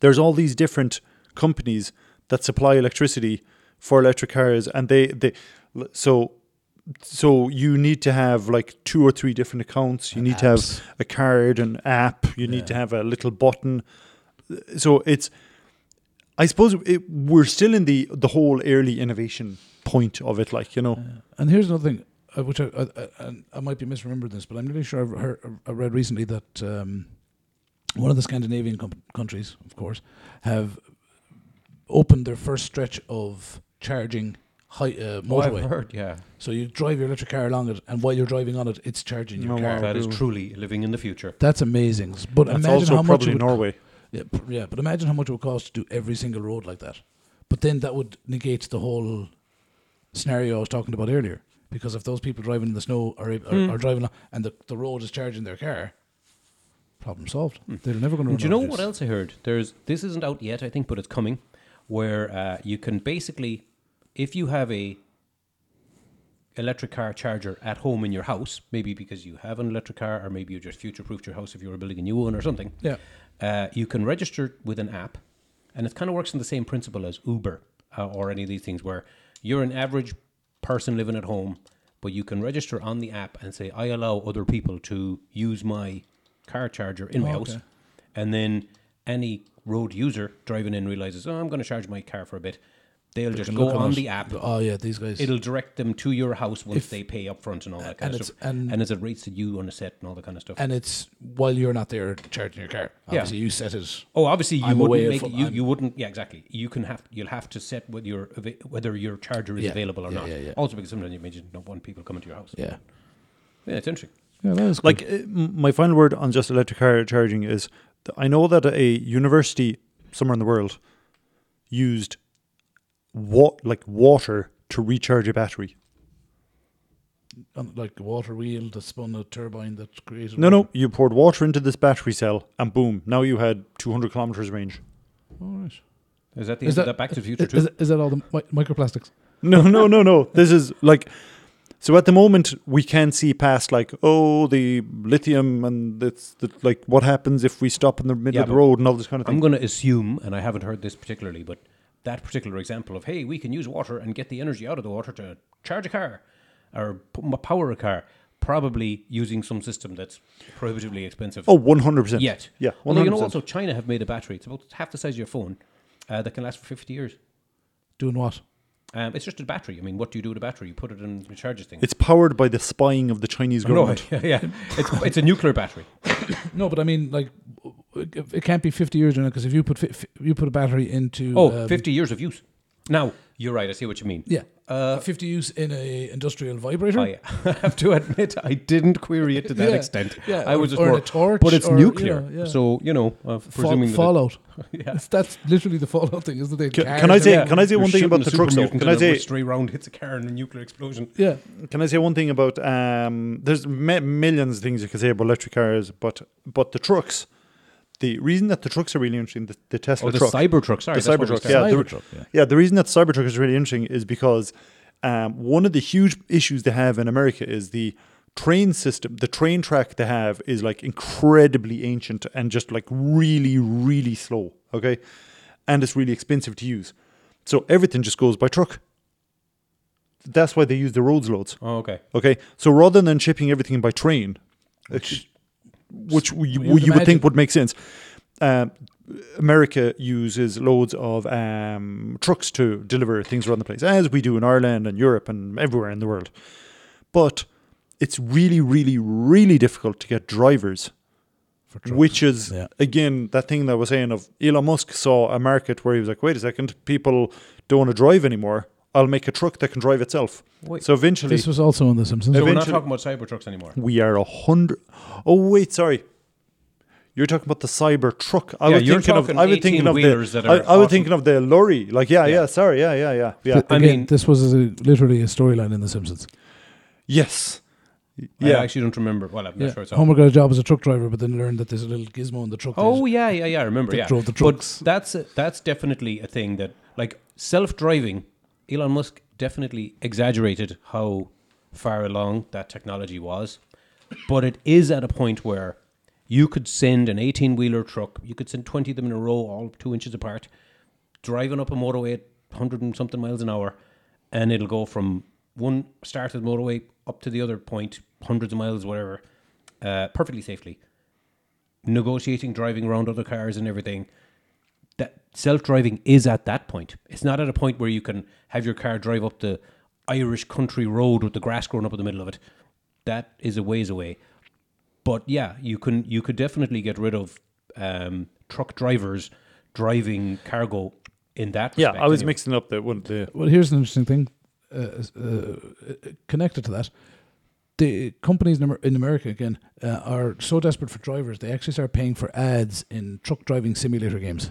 There's all these different companies that supply electricity for electric cars, and they they so so you need to have like two or three different accounts. You need apps. to have a card, an app. You need to have a little button. So it's I suppose it, we're still in the the whole early innovation point of it, like you know. And here's another thing, uh, which I, I, I, and I might be misremembering this, but I'm really sure I've heard, I read recently that um, one of the Scandinavian com- countries, of course, have opened their first stretch of charging high, uh, Oh, I've motorway. heard, yeah. so you drive your electric car along it, and while you're driving on it, it's charging your No, car. wow. That is cool. truly living in the future. That's amazing. S- But That's imagine also how much it probably would, Norway. yeah, p- yeah, but imagine how much it would cost to do every single road like that. But then that would negate the whole scenario I was talking about earlier. Because if those people driving in the snow are, ab- are, Hmm. are driving along and the, the road is charging their car, problem solved. They're never going to. Do Hmm. you know what else I heard? There's this isn't out yet, I think, but it's coming, where uh, you can basically, if you have a electric car charger at home in your house, maybe because you have an electric car, or maybe you just future-proofed your house if you were building a new one or something. Yeah. uh, you can register with an app, and it kind of works on the same principle as Uber uh, or any of these things, where you're an average person living at home, but you can register on the app and say, "I allow other people to use my car charger in my Oh, house," okay. and then any road user driving in realizes, "Oh, I'm going to charge my car for a bit." They'll just can go look on it. the app. Oh yeah, these guys. It'll direct them to your house once they pay up front and all that kind and of it's- stuff. and- and it's at rates that you want to set and all that kind of stuff. and it's while you're not there charging your car. Obviously, you set it. Oh, obviously you I'm away wouldn't make from- you, I'm- you wouldn't yeah exactly you can have you'll have to set whether your ava- whether your charger is Yeah, available or yeah, not. yeah, yeah. Also because sometimes you may just not want people coming to your house. Yeah, Yeah, it's interesting. yeah, that is Like uh, m- my final word on just electric car charging is, th- I know that a university somewhere in the world used what like water to recharge a battery. good. like a water wheel that spun a turbine that created. No, no, you poured water into this battery cell, and boom, now you had 200 kilometers range. All right. Is that the end of that Back to the Future is, too? is, is that all the mi- microplastics? No, no, no, no. This is like so. At the moment, we can see past like oh the lithium and it's the, like what happens if we stop in the middle Yeah, of the but road and all this kind of I'm thing. going to assume, and I haven't heard this particularly, but that particular example of hey, we can use water and get the energy out of the water to charge a car or p- m- power a car, probably using some system that's prohibitively expensive. Oh, 100 percent. yet. yeah, Although 100 you know, also China have made a battery. It's about half the size of your phone uh, that can last for 50 years. Doing what? Um, it's just a battery. I mean, what do you do with a battery? You put it in, it charges things. It's powered by the spying of the Chinese government. yeah, yeah. It's, it's a nuclear battery. No, but I mean, like, it it can't be fifty years now because if you put fi- fi- you put a battery into Oh, um, 50 years of use. Now, you're right. I see what you mean. yeah, fifty use in a industrial vibrator. uh, I have to admit, I didn't query it to that Yeah, extent. yeah, I was or- just or more, a torch, but it's or, you nuclear. know, yeah. So you know, uh, Fa- presuming that it- fallout. yeah. That's literally the fallout thing, isn't it? Can- Cars can I and say- everything. can I say You're one thing shooting about a the super trucks, though? mutant Can I and a say- stray round hits a car in a nuclear explosion? Yeah, Can I say one thing about um, there's mi- millions of things you can say about electric cars, but but the trucks. The reason that the trucks are really interesting, the, the Tesla Or Oh, the truck, Cybertruck. Sorry, the that's what we Cybertruck, started. yeah, the- Cybertruck, yeah. yeah, the reason that Cybertruck is really interesting is because um, one of the huge issues they have in America is the train system. The train track they have is like incredibly ancient and just like really, really slow. Okay, and it's really expensive to use, so everything just goes by truck. That's why they use the roads loads. Oh, okay. Okay, so rather than shipping everything by train, which, which we, you You'd you would imagine. think would make sense, um, America uses loads of um, trucks to deliver things around the place, as we do in Ireland and Europe and everywhere in the world. But it's really, really, really difficult to get drivers. For trucks. Which is Yeah. again that thing that I was saying of Elon Musk saw a market where he was like, wait a second, people don't want to drive anymore. I'll make a truck that can drive itself. Wait. so eventually, This was also on The Simpsons. So we're not Eventually- talking about Cybertrucks anymore. we are a hundred. Oh wait, sorry. You're talking about the cyber truck. I Yeah, was you're thinking of. talking I was thinking of the. 18-wheelers that I, are I was awesome. thinking of the lorry. Like yeah, yeah. sorry, yeah, yeah, yeah, yeah. Th- I again, mean- this was a, literally a storyline in The Simpsons. yes. I Yeah. actually don't remember. Well, I'm not Yeah. sure. It's Homer got a job as a truck driver, but then learned that there's a little gizmo in the truck. that Oh is- yeah, yeah, yeah. I remember. They yeah, drove the trucks. But that's that's definitely a thing that like self-driving. Elon Musk definitely exaggerated how far along that technology was, but it is at a point where you could send an eighteen-wheeler truck. You could send twenty of them in a row, all two inches apart, driving up a motorway at hundred and something miles an hour, and it'll go from one start of the motorway up to the other point, hundreds of miles, whatever, uh, perfectly safely negotiating driving around other cars and everything that self-driving is at that point it's not at a point where you can have your car drive up the irish country road with the grass growing up in the middle of it that is a ways away but yeah you can you could definitely get rid of um, truck drivers driving cargo in that Yeah, respect I was anyway. mixing up the one the Well, here's an interesting thing. uh, uh, connected to that, the companies in Amer- in America again uh, are so desperate for drivers they actually start paying for ads in truck driving simulator games.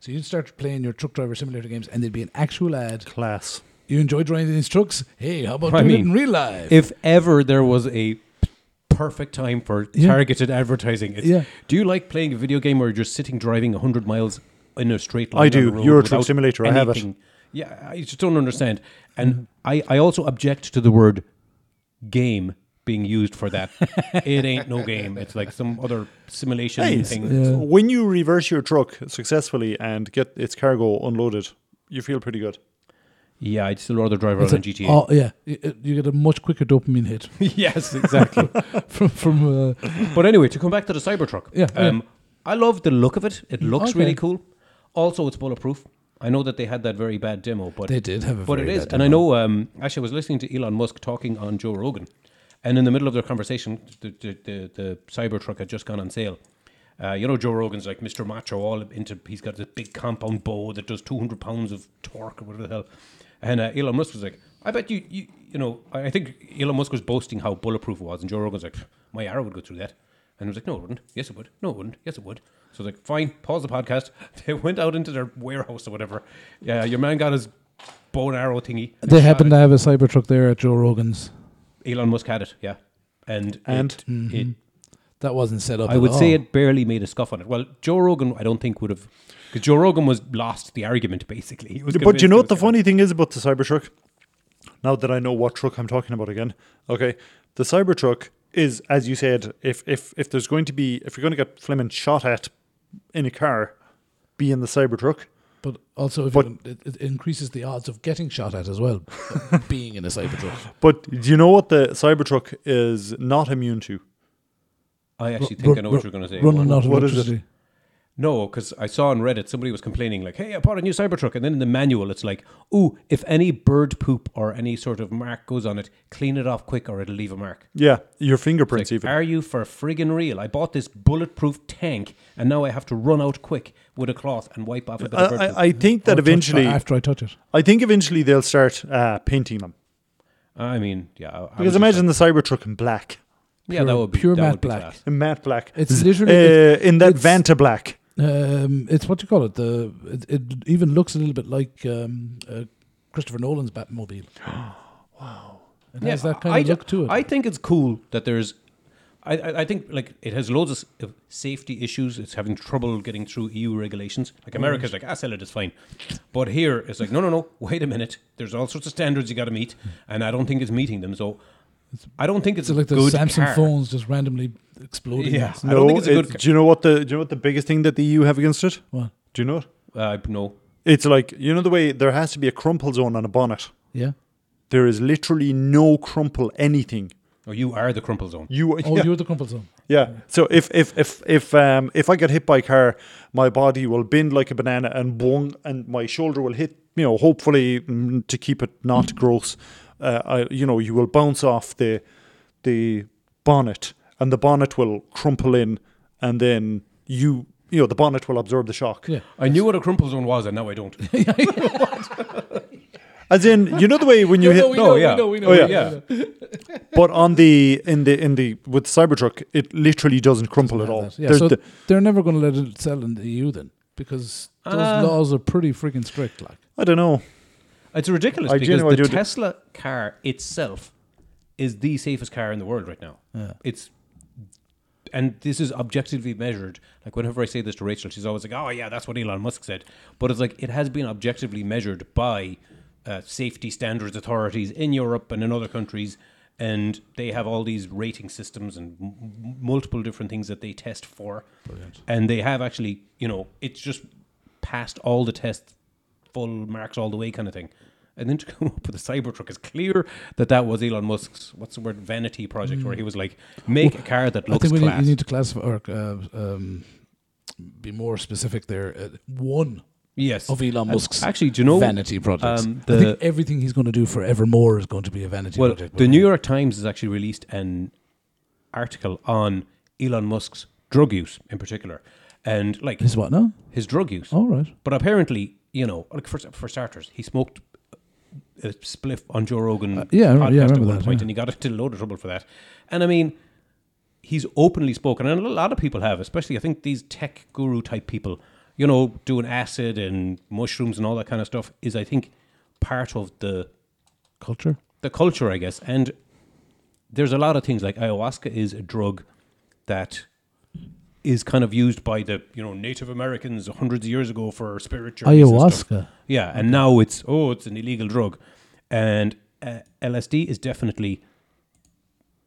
So you'd start playing your truck driver simulator games, and there'd be an actual ad. Class. You enjoy driving these trucks? Hey, how about I doing it mean, in real life? If ever there was a p- perfect time for Yeah. targeted advertising, it's, Yeah. do you like playing a video game where you're just sitting driving 100 miles in a straight line? I on do. a road Euro Truck without Simulator, I have it. anything? Yeah, I just don't understand. And I, I also object to the word game being used for that. it ain't no game. It's like some other simulation Hey, thing. Yeah. When you reverse your truck successfully and get its cargo unloaded, you feel pretty good. Yeah, I'd still rather drive around It's in like, GTA. Oh yeah, Y- uh, you get a much quicker dopamine hit yes, exactly. from from. Uh, But anyway, to come back to the Cybertruck. Yeah, Um, I love the look of it. It looks okay. really cool. Also, it's bulletproof. I know that they had that very bad demo, but they did have a. but it very is. bad And I demo. know. Um, actually, I was listening to Elon Musk talking on Joe Rogan, and in the middle of their conversation, the the, the, the Cybertruck had just gone on sale. Uh, you know, Joe Rogan's like Mr. Macho, all into. He's got this big compound bow that does 200 pounds of torque or whatever the hell. And uh, Elon Musk was like, I bet you, you, you know, I I think Elon Musk was boasting how bulletproof it was, and Joe Rogan's like, my arrow would go through that. And I was like, no, it wouldn't. Yes, it would. No, it wouldn't. Yes, it would. So I was like, fine, pause the podcast. They went out into their warehouse or whatever. Yeah, your man got his bow and arrow thingy. They happen to have a Cybertruck there at Joe Rogan's. Elon Musk had it, yeah. And And? it, it, That wasn't set up. I at would say Mm-hmm. all. it barely made a scuff on it. Well, Joe Rogan, I don't think would have, because Joe Rogan was lost the argument basically. He was But you convinced know it what the was gonna- funny thing is about the Cybertruck? Now that I know what truck I'm talking about again, okay, the Cybertruck is, as you said, if if if there's going to be if you're going to get Fleming shot at in a car, be in the Cybertruck. But also, if But- you, it, it increases the odds of getting shot at as well, being in a Cybertruck. But do you know what the Cybertruck is not immune to? I actually think I know what you're going to say. Running out of What is it? electricity. No, because I saw on Reddit somebody was complaining like, "Hey, I bought a new Cybertruck," and then in the manual it's like, "Ooh, if any bird poop or any sort of mark goes on it, clean it off quick, or it'll leave a mark." Yeah, your fingerprints Like, even. Are you for friggin' real? I bought this bulletproof tank, and now I have to run out quick with a cloth and wipe off a bit I, of bird poop. I, I think Or that touched by- eventually, after I touch it, I think eventually they'll start uh, painting them. I mean, yeah. I- I would Because just imagine the Cybertruck in black, like- yeah, pure- that would be pure that matte would be black. class. in matte black. It's Z- literally- uh, in that it's- Vanta black. um, it's what you call it. The it, it even looks a little bit like um, uh, Christopher Nolan's Batmobile. wow, it has that kind I of ju- look to it. I think it's cool that there's. I, I I think like it has loads of s- of safety issues. It's having trouble getting through EU regulations. Mm. Like America's like, ah, sell it, it's fine. But here it's like, no, no, no, wait a minute. There's all sorts of standards you got to meet, and I don't think it's meeting them. So I don't think it's, it's like a the good Samsung car. phones just randomly exploding. Yeah, It's- I don't think it's a good. it- do you know what the do you know what the biggest thing that the EU have against it? What? Do you know it? ca- uh, no, It's like you know the way there has to be a crumple zone on a bonnet. Yeah. There is literally no crumple anything. oh, you are the crumple zone. You Oh, yeah, you're the comfort zone. yeah. So if if if if um if I get hit by a car, my body will bend like a banana and boing, and my shoulder will hit. You know, hopefully mm, to keep it not gross. Uh, I you know you will bounce off the the bonnet, and the bonnet will crumple in, and then you you know the bonnet will absorb the shock. Yeah. I knew what a crumple zone was, and now I don't. As in, you know the way when you hit. we no, know, yeah. we know, we know, Oh, we yeah. know. But on the in the in the with Cybertruck, it literally doesn't crumple at all. that. Yeah, There's so the- they're never going to let it sell in the EU then, because those Uh, laws are pretty freaking strict. Like, I don't know. It's ridiculous I because genuinely the do- Tesla car itself is the safest car in the world right now. It's and this is objectively measured. Like whenever I say this to Rachel, she's always like, "Oh yeah, that's what Elon Musk said." But it's like it has been objectively measured by uh, safety standards authorities in Europe and in other countries, and they have all these rating systems and m- m- multiple different things that they test for. And they have actually, you know, it's just passed all the tests full marks all the way kind of thing. And then to come up with a Cybertruck is clear that that was Elon Musk's what's the word vanity project where he was like make a car that I looks think we need, class. you need to classify or uh, um, be more specific there. Uh, one yes, of Elon And Musk's actually, do you know vanity projects. um, I the- think everything he's going to do forevermore is going to be a vanity Well, project. the New York Times has actually released an article on Elon Musk's drug use in particular, and like is what now? Oh. his drug use. All right. But apparently, you know, like for for starters, he smoked a spliff on Joe Rogan. Uh, yeah, I remember- yeah, I podcast at remember one that, point, yeah. and he got into a load of trouble for that. And I mean, he's openly spoken, and a lot of people have, especially I think these tech guru type people, you know, doing acid and mushrooms and all that kind of stuff is, I think, part of the Culture. the culture, I guess. And there's a lot of things like ayahuasca is a drug that is kind of used by the you know Native Americans hundreds of years ago for spirit journeys and stuff. Ayahuasca? Yeah, and now it's oh, it's an illegal drug, and uh, LSD is definitely.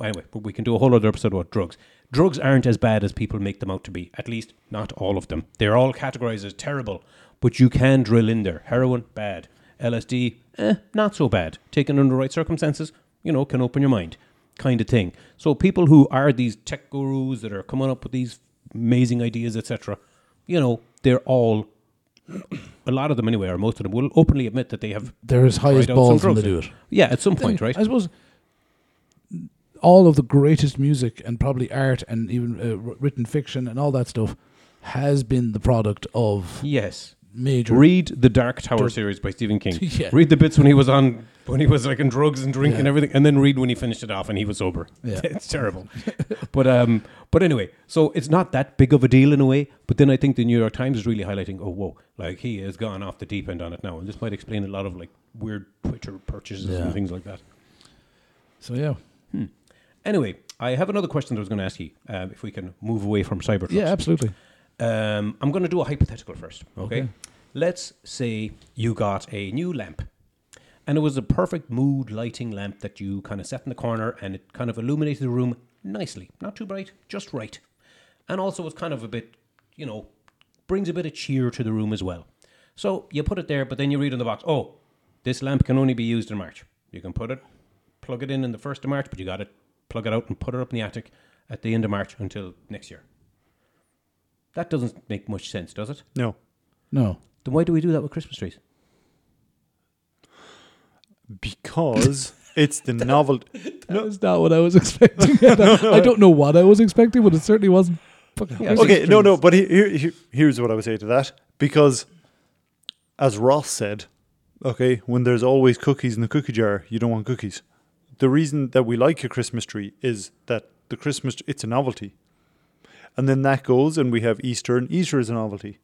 Anyway, but we can do a whole other episode about drugs. Drugs aren't as bad as people make them out to be. At least not all of them. They're all categorized as terrible, but you can drill in there. Heroin bad, LSD eh, not so bad. Taken under the right circumstances, you know, can open your mind, kind of thing. So people who are these tech gurus that are coming up with these amazing ideas, etc., you know, they're all a lot of them anyway, or most of them, will openly admit that they have. They're as high tried as out some balls when they drugs. do it. Yeah, at some point, right? I suppose all of the greatest music and probably art and even uh, wr- written fiction and all that stuff has been the product of Yes. major. Read the Dark Tower series by Stephen King. Yeah. Read the bits when he was on, when he was like on drugs and drink and Yeah. everything, and then read when he finished it off and he was sober. Yeah. it's terrible. but um, but anyway, so it's not that big of a deal in a way. But then I think the New York Times is really highlighting, oh whoa, like he has gone off the deep end on it now, and this might explain a lot of like weird Twitter purchases Yeah. and things like that. so yeah, Anyway, I have another question that I was going to ask you. Um, if we can move away from cyber yeah, absolutely. um, I'm going to do a hypothetical first. Okay? Okay. Let's say you got a new lamp, and it was a perfect mood lighting lamp that you kind of set in the corner, and it kind of illuminated the room nicely, not too bright, just right, and also it's kind of a bit, you know, brings a bit of cheer to the room as well. So you put it there, but then you read on the box, oh, this lamp can only be used in March. You can put it, plug it in in the first of March, but you got to plug it out and put it up in the attic at the end of March until next year. That doesn't make much sense, does it? No, No, Then why do we do that with Christmas trees? because it's the novel. that is not what I was expecting. I don't know what I was expecting, but it certainly wasn't. Fucking Yeah, Christmas Okay, no, no, trees. but he- here, here, here's what I would say to that because, as Ross said, okay, when there's always cookies in the cookie jar, you don't want cookies. The reason that we like a Christmas tree is that the Christmas it's a novelty, and then that goes, and we have Easter, and Easter is a novelty,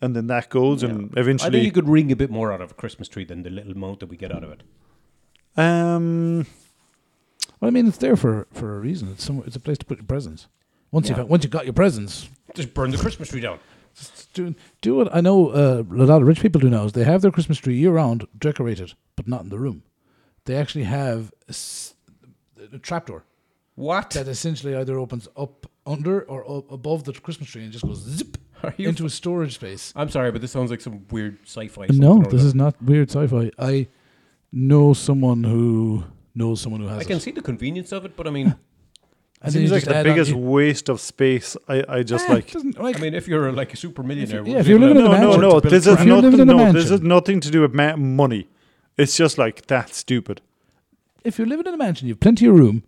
and then that goes, and I think eventually, you could wring a bit more out of a Christmas tree than the little amount that we get out of it. um, Well, I mean, it's there for for a reason. It's somewhere, It's a place to put your presents. Once Yeah. you once you got your presents, Just burn the Christmas tree down. just do do what I know. Uh, a lot of rich people do now is they have their Christmas tree year round, decorated, but not in the room. They actually have a, s- a trapdoor What? that essentially either opens up under or up above the Christmas tree and just goes zip Are you? into a storage space. I'm sorry, but this sounds like some weird sci-fi. No, this is not weird sci-fi. I know someone who knows someone who has I can it. see the convenience of it, but I mean, And then you seems like just add the on- biggest you- waste of space. I, I just Ah, like. doesn't- I mean, if you're like a super millionaire, yeah, if you're living in a No, no, mansion. no. To build This crap. is If you're living nothing. in a No, this mansion. is nothing to do with ma- money. It's just like that's stupid. if you're living in a mansion, you've plenty of room.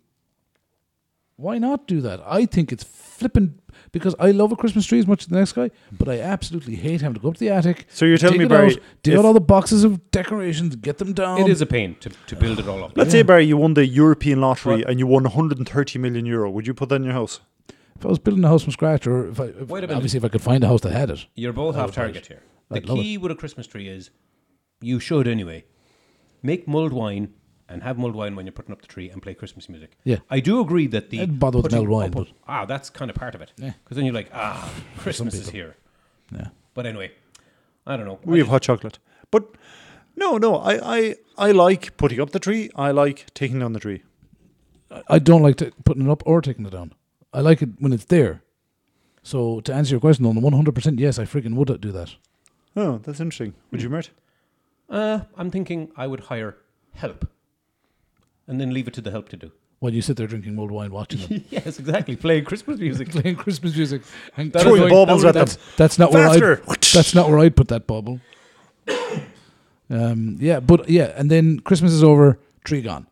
Why not do that? I think it's flippin' because I love a Christmas tree as much as the next guy, but I absolutely hate having to go up to the attic. So you're telling dig me, it Barry, out, dig if- out all the boxes of decorations, get them down. it is a pain to, to build it all up. Let's say Barry, you won the European lottery What? and you won 130 million euro. Would you put that in your house? If I was building a house from scratch, or if I if- Wait a minute. obviously if I could find a house that had it, You're both I off would buy target it. here. The I'd love it. key with a Christmas tree is you should anyway make mulled wine and have mulled wine when you're putting up the tree and play Christmas music. Yeah. I do agree that the I'd bother with putting mulled wine, up of- but- ah, that's kind of part of it. Yeah. because then you're like, ah, Christmas is people. here. yeah, But anyway, I don't know. We have hot chocolate. But no, no, I, I, I like putting up the tree. I like taking down the tree. I- I don't like to putting it up or taking it down. I like it when it's there. So to answer your question, on the one hundred percent, yes, I freaking would do that. Oh, that's interesting. Would Hmm. you, Mert? Uh, I'm thinking I would hire help, and then leave it to the help to do. While you sit there drinking mulled wine, watching them yes, exactly. Playing Christmas music. playing Christmas music, and That is Throwing like- baubles that at would- them. that's, that's not where Faster! I that's not where I'd put that bubble. Um, yeah, but yeah, and then Christmas is over, tree gone.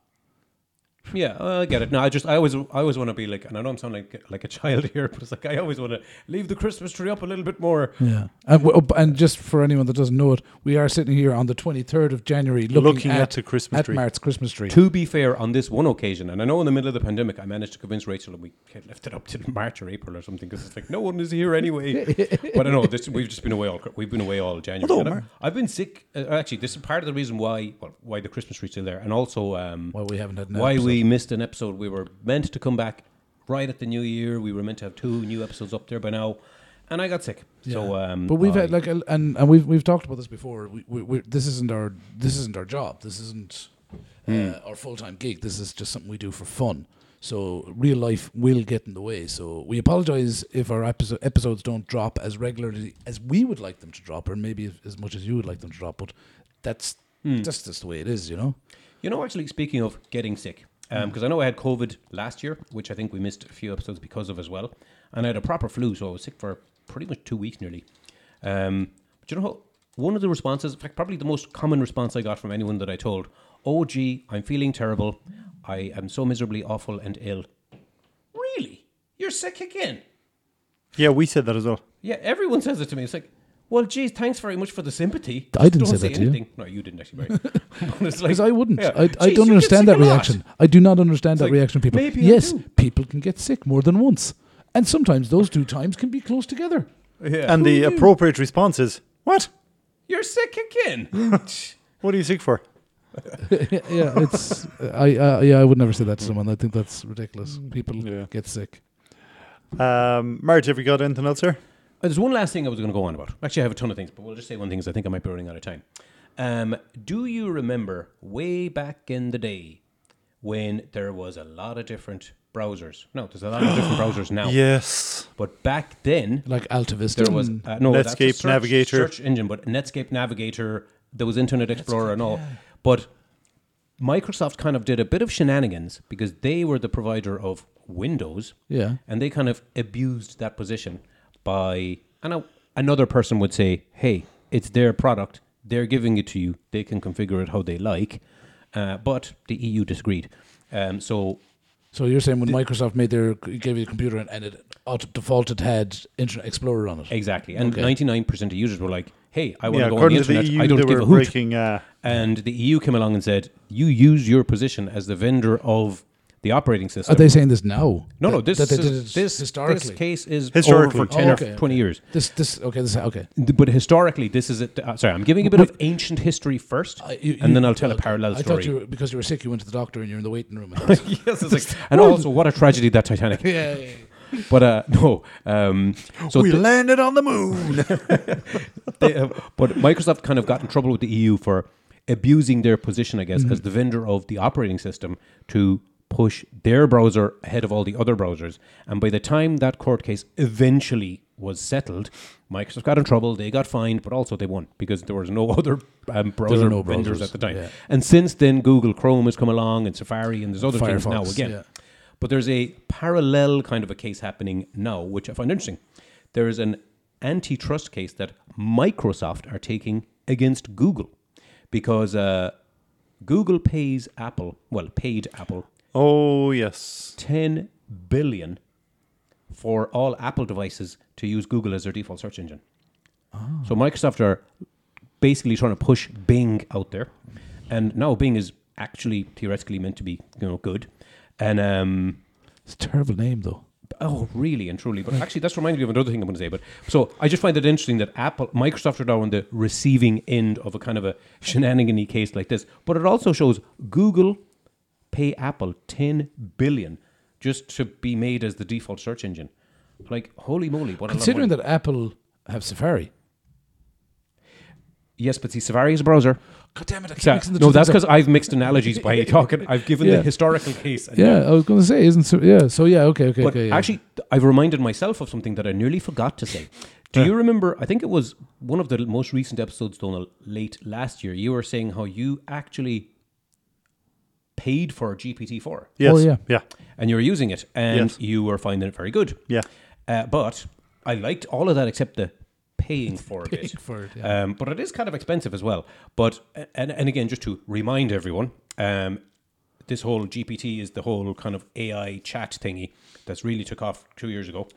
Yeah, well, I get it. No, I just I always I always want to be like, and I don't sound like like a child here, but it's like I always want to leave the Christmas tree up a little bit more. Yeah. And, w- oh, b- and just for anyone that doesn't know it, we are sitting here on the 23rd of January looking, Looking at, at the Christmas at tree. Mart's Christmas tree. To be fair, on this one occasion, and I know in the middle of the pandemic, I managed to convince Rachel that we had left it up till March or April or something because it's like no one is here anyway. but I know this. We've just been away all. We've been away all January. Although, And I- Mar- I've been sick. Uh, actually, this is part of the reason why well, why the Christmas tree's still there, and also um, Why we haven't had an why episode. we missed an episode. We were meant to come back right at the new year. We were meant to have two new episodes up there by now, and I got sick. So, um, But we've I- had like, a, and and we've we've talked about this before. We, we, we this isn't our this isn't our job. This isn't Hmm. uh, our full time gig. This is just something we do for fun. So real life will get in the way. So we apologize if our episo- episodes don't drop as regularly as we would like them to drop, or maybe as much as you would like them to drop. But that's Hmm. that's just the way it is, you know. You know, actually, speaking of getting sick, Mm. because I know I had COVID last year, which I think we missed a few episodes because of as well, and I had a proper flu, so I was sick for pretty much two weeks nearly. Um, but you know, how- one of the responses, in fact, probably the most common response I got from anyone that I told, "Oh, gee, I'm feeling terrible. I am so miserably awful and ill." Really? You're sick again? Yeah, we said that as well. Yeah, everyone says it to me. It's like, well, geez, thanks very much for the sympathy. I didn't Don't say that to you. anything. No, you didn't actually, Barry. Because Because I wouldn't. I, I don't understand that reaction. I do not understand that like, reaction, people. maybe I yes, do. people can get sick more than once, and sometimes those two times can be close together. Yeah. And the appropriate response is, "What? You're sick again. Uh, What are you sick for?" yeah, it's I uh, yeah I would never say that to someone. I think that's ridiculous. People Yeah. get sick. Um, Marge, have you got anything else, sir? Uh, There's one last thing I was going to go on about. Actually, I have a ton of things, but we'll just say one thing because I think I might be running out of time. Um, do you remember way back in the day when there was a lot of different browsers? No, there's a lot of different browsers now. Yes. But back then, Like Altavista. Mm. there was and- uh, no that's a Netscape search- Navigator. search engine, but Netscape Navigator. There was Internet Explorer and all, but Microsoft kind of did a bit of shenanigans because they were the provider of Windows. Yeah. and they kind of abused that position by. And I, another person would say, "Hey, it's their product. They're giving it to you. They can configure it how they like." Uh, but the EU disagreed. Um, so so you're saying when Microsoft made their gave you a computer and, and it auto defaulted had Internet Explorer on it. exactly, and ninety-nine percent of users were like, "Hey, I want Yeah, to go on the according to the internet. EU, I they don't give were a hoot." breaking. Uh, And the EU came along and said, "You use your position as the vendor of the operating system." Are they saying this now? no, no. That- This that they is- did it this historically. This case is Historically. over for ten Oh, or okay, twenty okay. years. this this okay this okay. Th- But historically, this is it. Uh, sorry, I'm giving a bit of ancient history first, I- you- and you- then I'll tell a okay. parallel I story. thought you were, because you were sick, you went to the doctor and you're in the waiting room. And yeah, yes, it's like, and also, what a tragedy that Titanic. yeah, yeah. But uh, no, um, so we th- landed on the moon. they have, but Microsoft kind of got in trouble with the EU for abusing their position, I guess, Mm-hmm. as the vendor of the operating system to push their browser ahead of all the other browsers. And by the time that court case eventually was settled, Microsoft got in trouble. They got fined, but also they won because there was no other um, browser no vendors browsers, at the time. yeah. And since then, Google Chrome has come along, and Safari, and there's other things now Firefox, again. yeah. But there's a parallel kind of a case happening now, which I find interesting. There is an antitrust case that Microsoft are taking against Google because uh, Google pays Apple, well, paid Apple oh yes. 10 billion for all Apple devices to use Google as their default search engine. So Microsoft are basically trying to push Bing out there, and now Bing is actually theoretically meant to be you know good, and um, It's a terrible name though. Oh, really and truly. But actually, that's reminded me of another thing I'm going to say. But so I just find it interesting that Apple, Microsoft are now on the receiving end of a kind of a shenanigan case like this. But it also shows Google pay Apple 10 billion just to be made as the default search engine. Like, holy moly. What Considering a lot that Apple have Safari. that. Yes, but see, Safari is a browser. God damn it! I keep So- mixing the no, two that's things up. because I've mixed analogies by talking. I've given Yeah. the historical case. and Yeah, I was going to say, isn't so? Yeah, so yeah, okay, okay, But okay. yeah. actually, th- I've reminded myself of something that I nearly forgot to say. Do you remember? I think it was one of the l- most recent episodes, Donald, late last year. You were saying how you actually paid for GPT 4 Yes. Oh, yeah. Yeah. and you were using it and Yes. you were finding it very good. Yeah. Uh, but I liked all of that except the paying for it. Paying for it, Um, but it is kind of expensive as well. But and and again, just to remind everyone, um, this whole GPT is the whole kind of AI chat thingy that's really took off two years ago.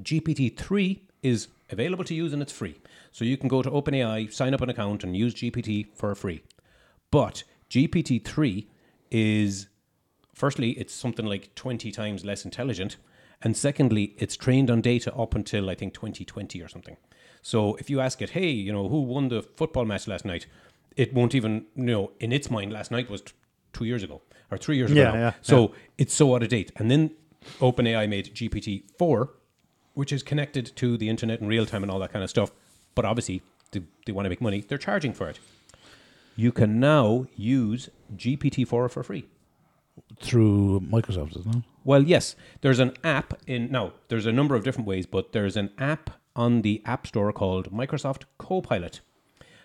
GPT 3 is available to use and it's free. So you can go to OpenAI, sign up an account, and use GPT for free. But GPT 3 is, firstly, it's something like 20 times less intelligent. And secondly, it's trained on data up until I think 2020 or something. So if you ask it, hey, you know, who won the football match last night? It won't even, you know, in its mind, last night was t- two years ago or three years Yeah, ago. now. yeah, so it's so out of date. And then OpenAI made GPT 4, which is connected to the internet in real time and all that kind of stuff. But obviously, they, they want to make money. They're charging for it. You can now use GPT 4 for free. through Microsoft, isn't it? Well, yes, there's an app in now. There's a number of different ways, but there's an app on the App Store called Microsoft Copilot,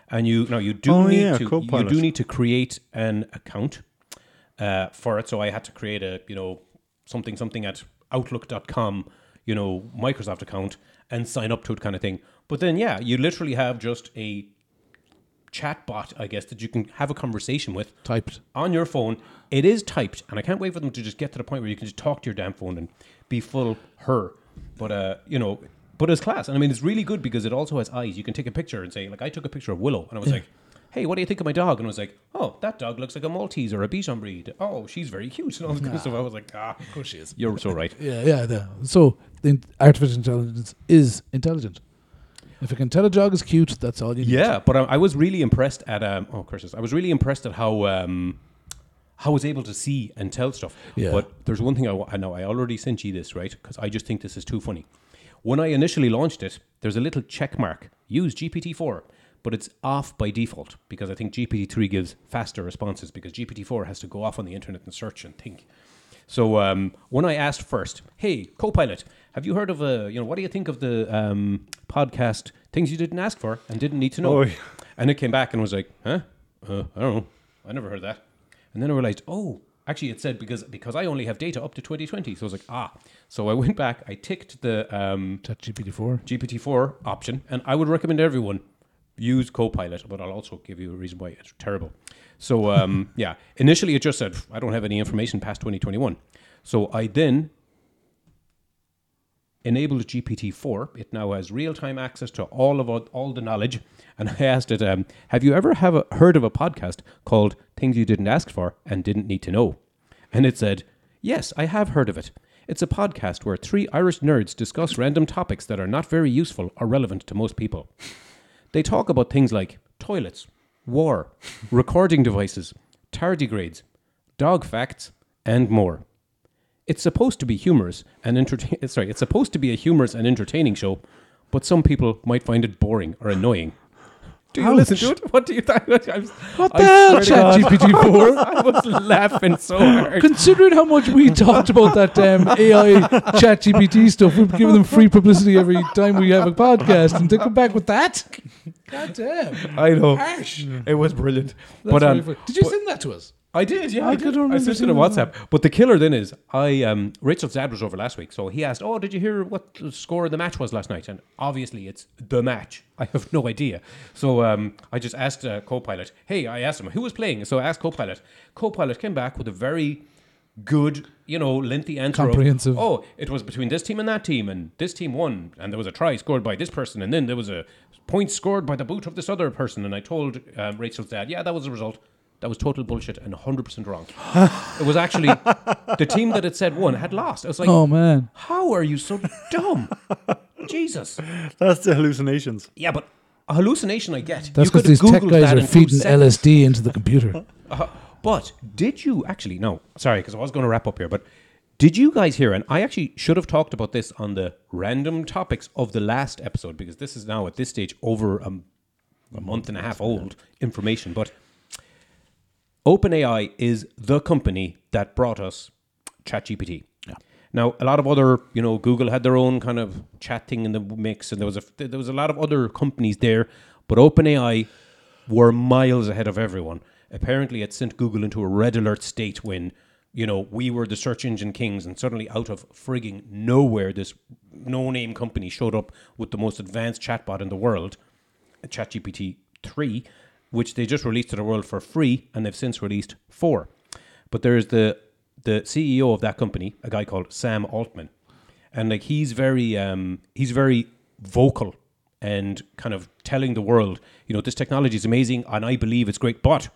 and you now you do Oh, need yeah, to Copilot. you do need to create an account uh, for it. So I had to create a you know something something at Outlook.com you know Microsoft account and sign up to it kind of thing. But then yeah, you literally have just a chat bot, I guess, that you can have a conversation with Typed. on your phone. It is typed, and I can't wait for them to just get to the point where you can just talk to your damn phone and be full her. But uh, you know, but it's class, and I mean, it's really good because it also has eyes. You can take a picture and say, like, I took a picture of Willow, and I was like, "Hey, what do you think of my dog?" And I was like, "Oh, that dog looks like a Maltese or a Bichon breed. Oh, she's very cute." And all this kind of stuff. I was like, "Ah, of course she is. You're so right." Yeah, yeah, yeah. So the in- artificial intelligence is intelligent. If it can tell a dog is cute, that's all you need. Yeah, but I, I was really impressed at um, oh curses. I was really impressed at how um, how I was able to see and tell stuff. Yeah. But there's one thing I, wa- I know. I already sent you this right because I just think this is too funny. When I initially launched it, there's a little check mark. Use GPT four, but it's off by default because I think GPT three gives faster responses because GPT four has to go off on the internet and search and think. So um, when I asked first, "Hey, Copilot, have you heard of a you know what do you think of the um, podcast things you didn't ask for and didn't need to know?" Oh, yeah. And it came back and was like, "Huh? Uh, I don't know. I never heard that." And then I realized, oh, actually, it said because because I only have data up to 2020. So I was like, ah. So I went back, I ticked the um, ChatGPT four. GPT-4 option, and I would recommend everyone use Copilot, but I'll also give you a reason why it's terrible. So um, yeah, initially it just said "Pff, I don't have any information past 2021. So I then enabled GPT-4. It now has real-time access to all of our, all the knowledge, and I asked it, um, "Have you ever have a, heard of a podcast called Things You Didn't Ask For and Didn't Need to Know?" And it said, Yes, I have heard of it. It's a podcast where three Irish nerds discuss random topics that are not very useful or relevant to most people. They talk about things like toilets, war, recording devices, tardigrades, dog facts, and more. It's supposed to be humorous and entertain. Sorry, it's supposed to be a humorous and entertaining show, but some people might find it boring or annoying. Do you listen to it? What do you think? What the hell, ChatGPT four? I was laughing so hard. Considering how much we talked about that damn AI ChatGPT stuff, we've given them free publicity every time we have a podcast, and they come back with that. God damn! I know. Harsh. It was brilliant. That's but very um, fu- did you but- send that to us? I did, yeah. I I, could did. remember I sent it seeing on that. WhatsApp. But the killer then is, I um, Rachel's dad was over last week, so he asked, "Oh, did you hear what the score of the match was last night?" And obviously, it's the match. I have no idea. So um, I just asked uh, Copilot. Hey, I asked him who was playing. So I asked Copilot. Copilot came back with a very good, you know, lengthy answer. of, Comprehensive. oh, it was between this team and that team, and this team won, and there was a try scored by this person, and then there was a point scored by the boot of this other person. And I told um, Rachel's dad, yeah, that was the result. That was total bullshit and 100% wrong. it was actually the team that had said won had lost. I was like, Oh man! how are you so dumb? Jesus. That's the hallucinations. Yeah, but a hallucination I get. That's You because could these have tech Googled guys that are in two feeding seconds. LSD into the computer. Uh, but did you actually? No, sorry, because I was going to wrap up here. But did you guys hear? And I actually should have talked about this on the random topics of the last episode because this is now at this stage over um, a month and a half old information. But OpenAI is the company that brought us ChatGPT. Now, a lot of other, you know, Google had their own kind of chat thing in the mix, and there was a there was a lot of other companies there, but OpenAI were miles ahead of everyone. Apparently, it sent Google into a red alert state when, you know, we were the search engine kings, and suddenly out of frigging nowhere, this no name company showed up with the most advanced chatbot in the world. ChatGPT 3, which they just released to the world for free, and they've since released 4. But there's the the CEO of that company, a guy called Sam Altman, and like he's very um, he's very vocal and kind of telling the world, you know, this technology is amazing and I believe it's great, but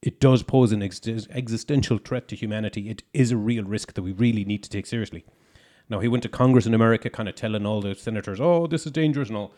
it does pose an ex- existential threat to humanity. It is a real risk that we really need to take seriously. Now he went to Congress in America, kind of telling all the senators, "Oh, this is dangerous and all,"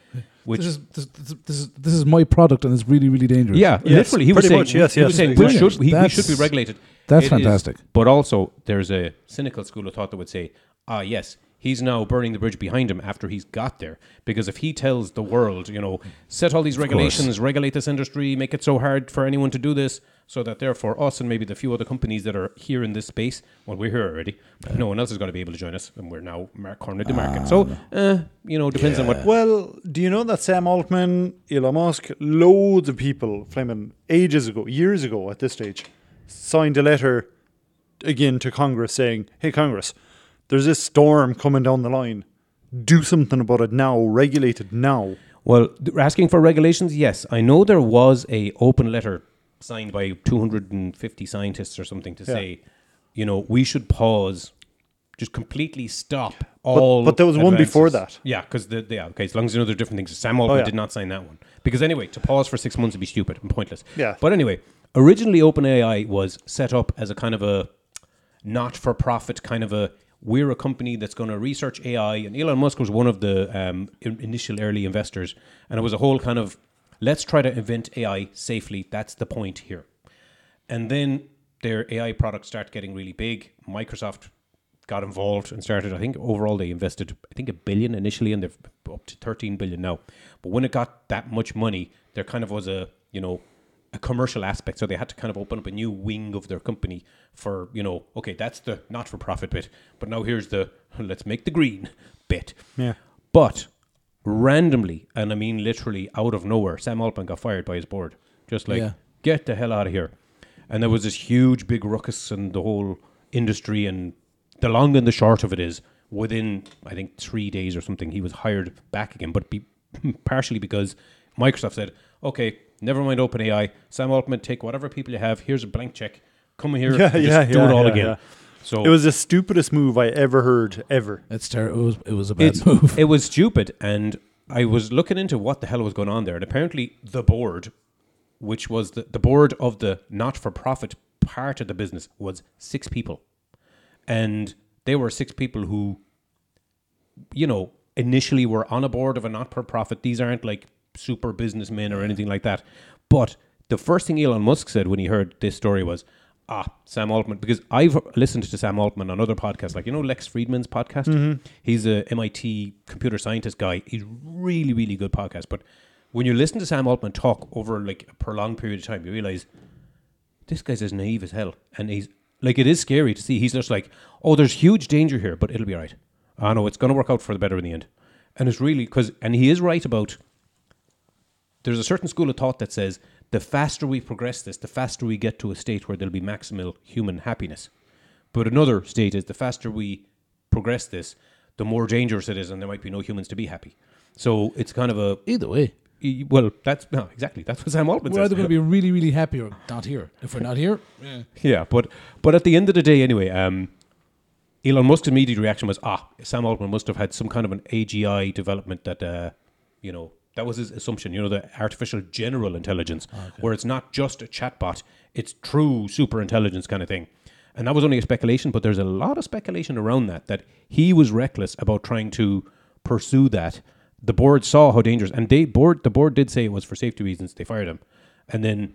which This is this, this, this is this is my product, and it's really really dangerous. yeah, Yes, literally, he was pretty saying, much, yes, he was yes, saying we exactly. should we, we That's- should be regulated. that's It is- fantastic. but also, there's a cynical school of thought that would say, ah, yes, he's now burning the bridge behind him after he's got there, because if he tells the world, you know, set all these regulations, regulate this industry, make it so hard for anyone to do this, so that therefore us and maybe the few other companies that are here in this space, well, we're here already, but no one else is going to be able to join us, and we're now mar- cornered the market. Um, So, uh, you know, depends on what. Well, do you know that Sam Altman, Elon Musk, loads of people, Fleming, ages ago, years ago at this stage, signed a letter again to Congress saying, hey, Congress, there's this storm coming down the line. Do something about it now. Regulate it now. Well, th- asking for regulations, yes. I know there was a open letter signed by 250 scientists or something to say, you know, we should pause, just completely stop all. but there was one before advances. that. Oh, Yeah, because the yeah, okay. As long as you know there are different things. Sam Altman yeah. did not sign that one because anyway, to pause for six months would be stupid and pointless. Yeah. But anyway, originally OpenAI was set up as a kind of a not-for-profit kind of a. We're a company that's going to research AI, and Elon Musk was one of the um, in- initial early investors, and it was a whole kind of let's try to invent AI safely. That's the point here. And then their AI products start getting really big. Microsoft got involved and started, I think overall they invested, I think a billion initially and they're up to 13 billion now. But when it got that much money, there kind of was a, you know, a commercial aspect. So they had to kind of open up a new wing of their company for, you know, okay, that's the not for profit bit, but now here's the let's make the green bit. Yeah. But randomly, and I mean literally out of nowhere, Sam Altman got fired by his board. Just like, Yeah. get the hell out of here. And there was this huge, big ruckus and the whole industry. And the long and the short of it is, within, I think, three days or something, he was hired back again. But be, partially because Microsoft said, okay, never mind OpenAI. Sam Altman, take whatever people you have. Here's a blank check. Come here Yeah, and yeah, just do yeah, it all yeah, again. yeah. So It was the stupidest move I ever heard, ever. it's terrible. It was, it was a bad it's, move. It was stupid, and I was looking into what the hell was going on there, and apparently the board, which was the, the board of the not-for-profit part of the business, was six people, and they were six people who, you know, initially were on a board of a not-for-profit. These aren't like super businessmen or anything like that, but the first thing Elon Musk said when he heard this story was. Ah, Sam Altman, because I've listened to Sam Altman on other podcasts, like you know Lex Friedman's podcast. He's a MIT computer scientist guy. He's really, really good podcast. But when you listen to Sam Altman talk over like a prolonged period of time, you realize this guy's as naive as hell, and he's like, it is scary to see. He's just like, oh, there's huge danger here, but it'll be all right. I know it's going to work out for the better in the end, and it's really because, and he is right about. There's a certain school of thought that says the faster we progress this, the faster we get to a state where there'll be maximal human happiness. But another state is the faster we progress this, the more dangerous it is, and there might be no humans to be happy. So it's kind of a Either way, y- well, that's no, exactly that's what Sam Altman we're says. either going to be really really happy or not here. If we're not here, yeah. Yeah, but but at the end of the day, anyway, um, Elon Musk's immediate reaction was, ah, Sam Altman must have had some kind of an AGI development that, uh, you know, that was his assumption. You know, the artificial general intelligence, where it's not just a chatbot, it's true super intelligence kind of thing. And that was only a speculation, but there's a lot of speculation around that that he was reckless about trying to pursue that. The board saw how dangerous, and they board the board did say it was for safety reasons. They fired him, and then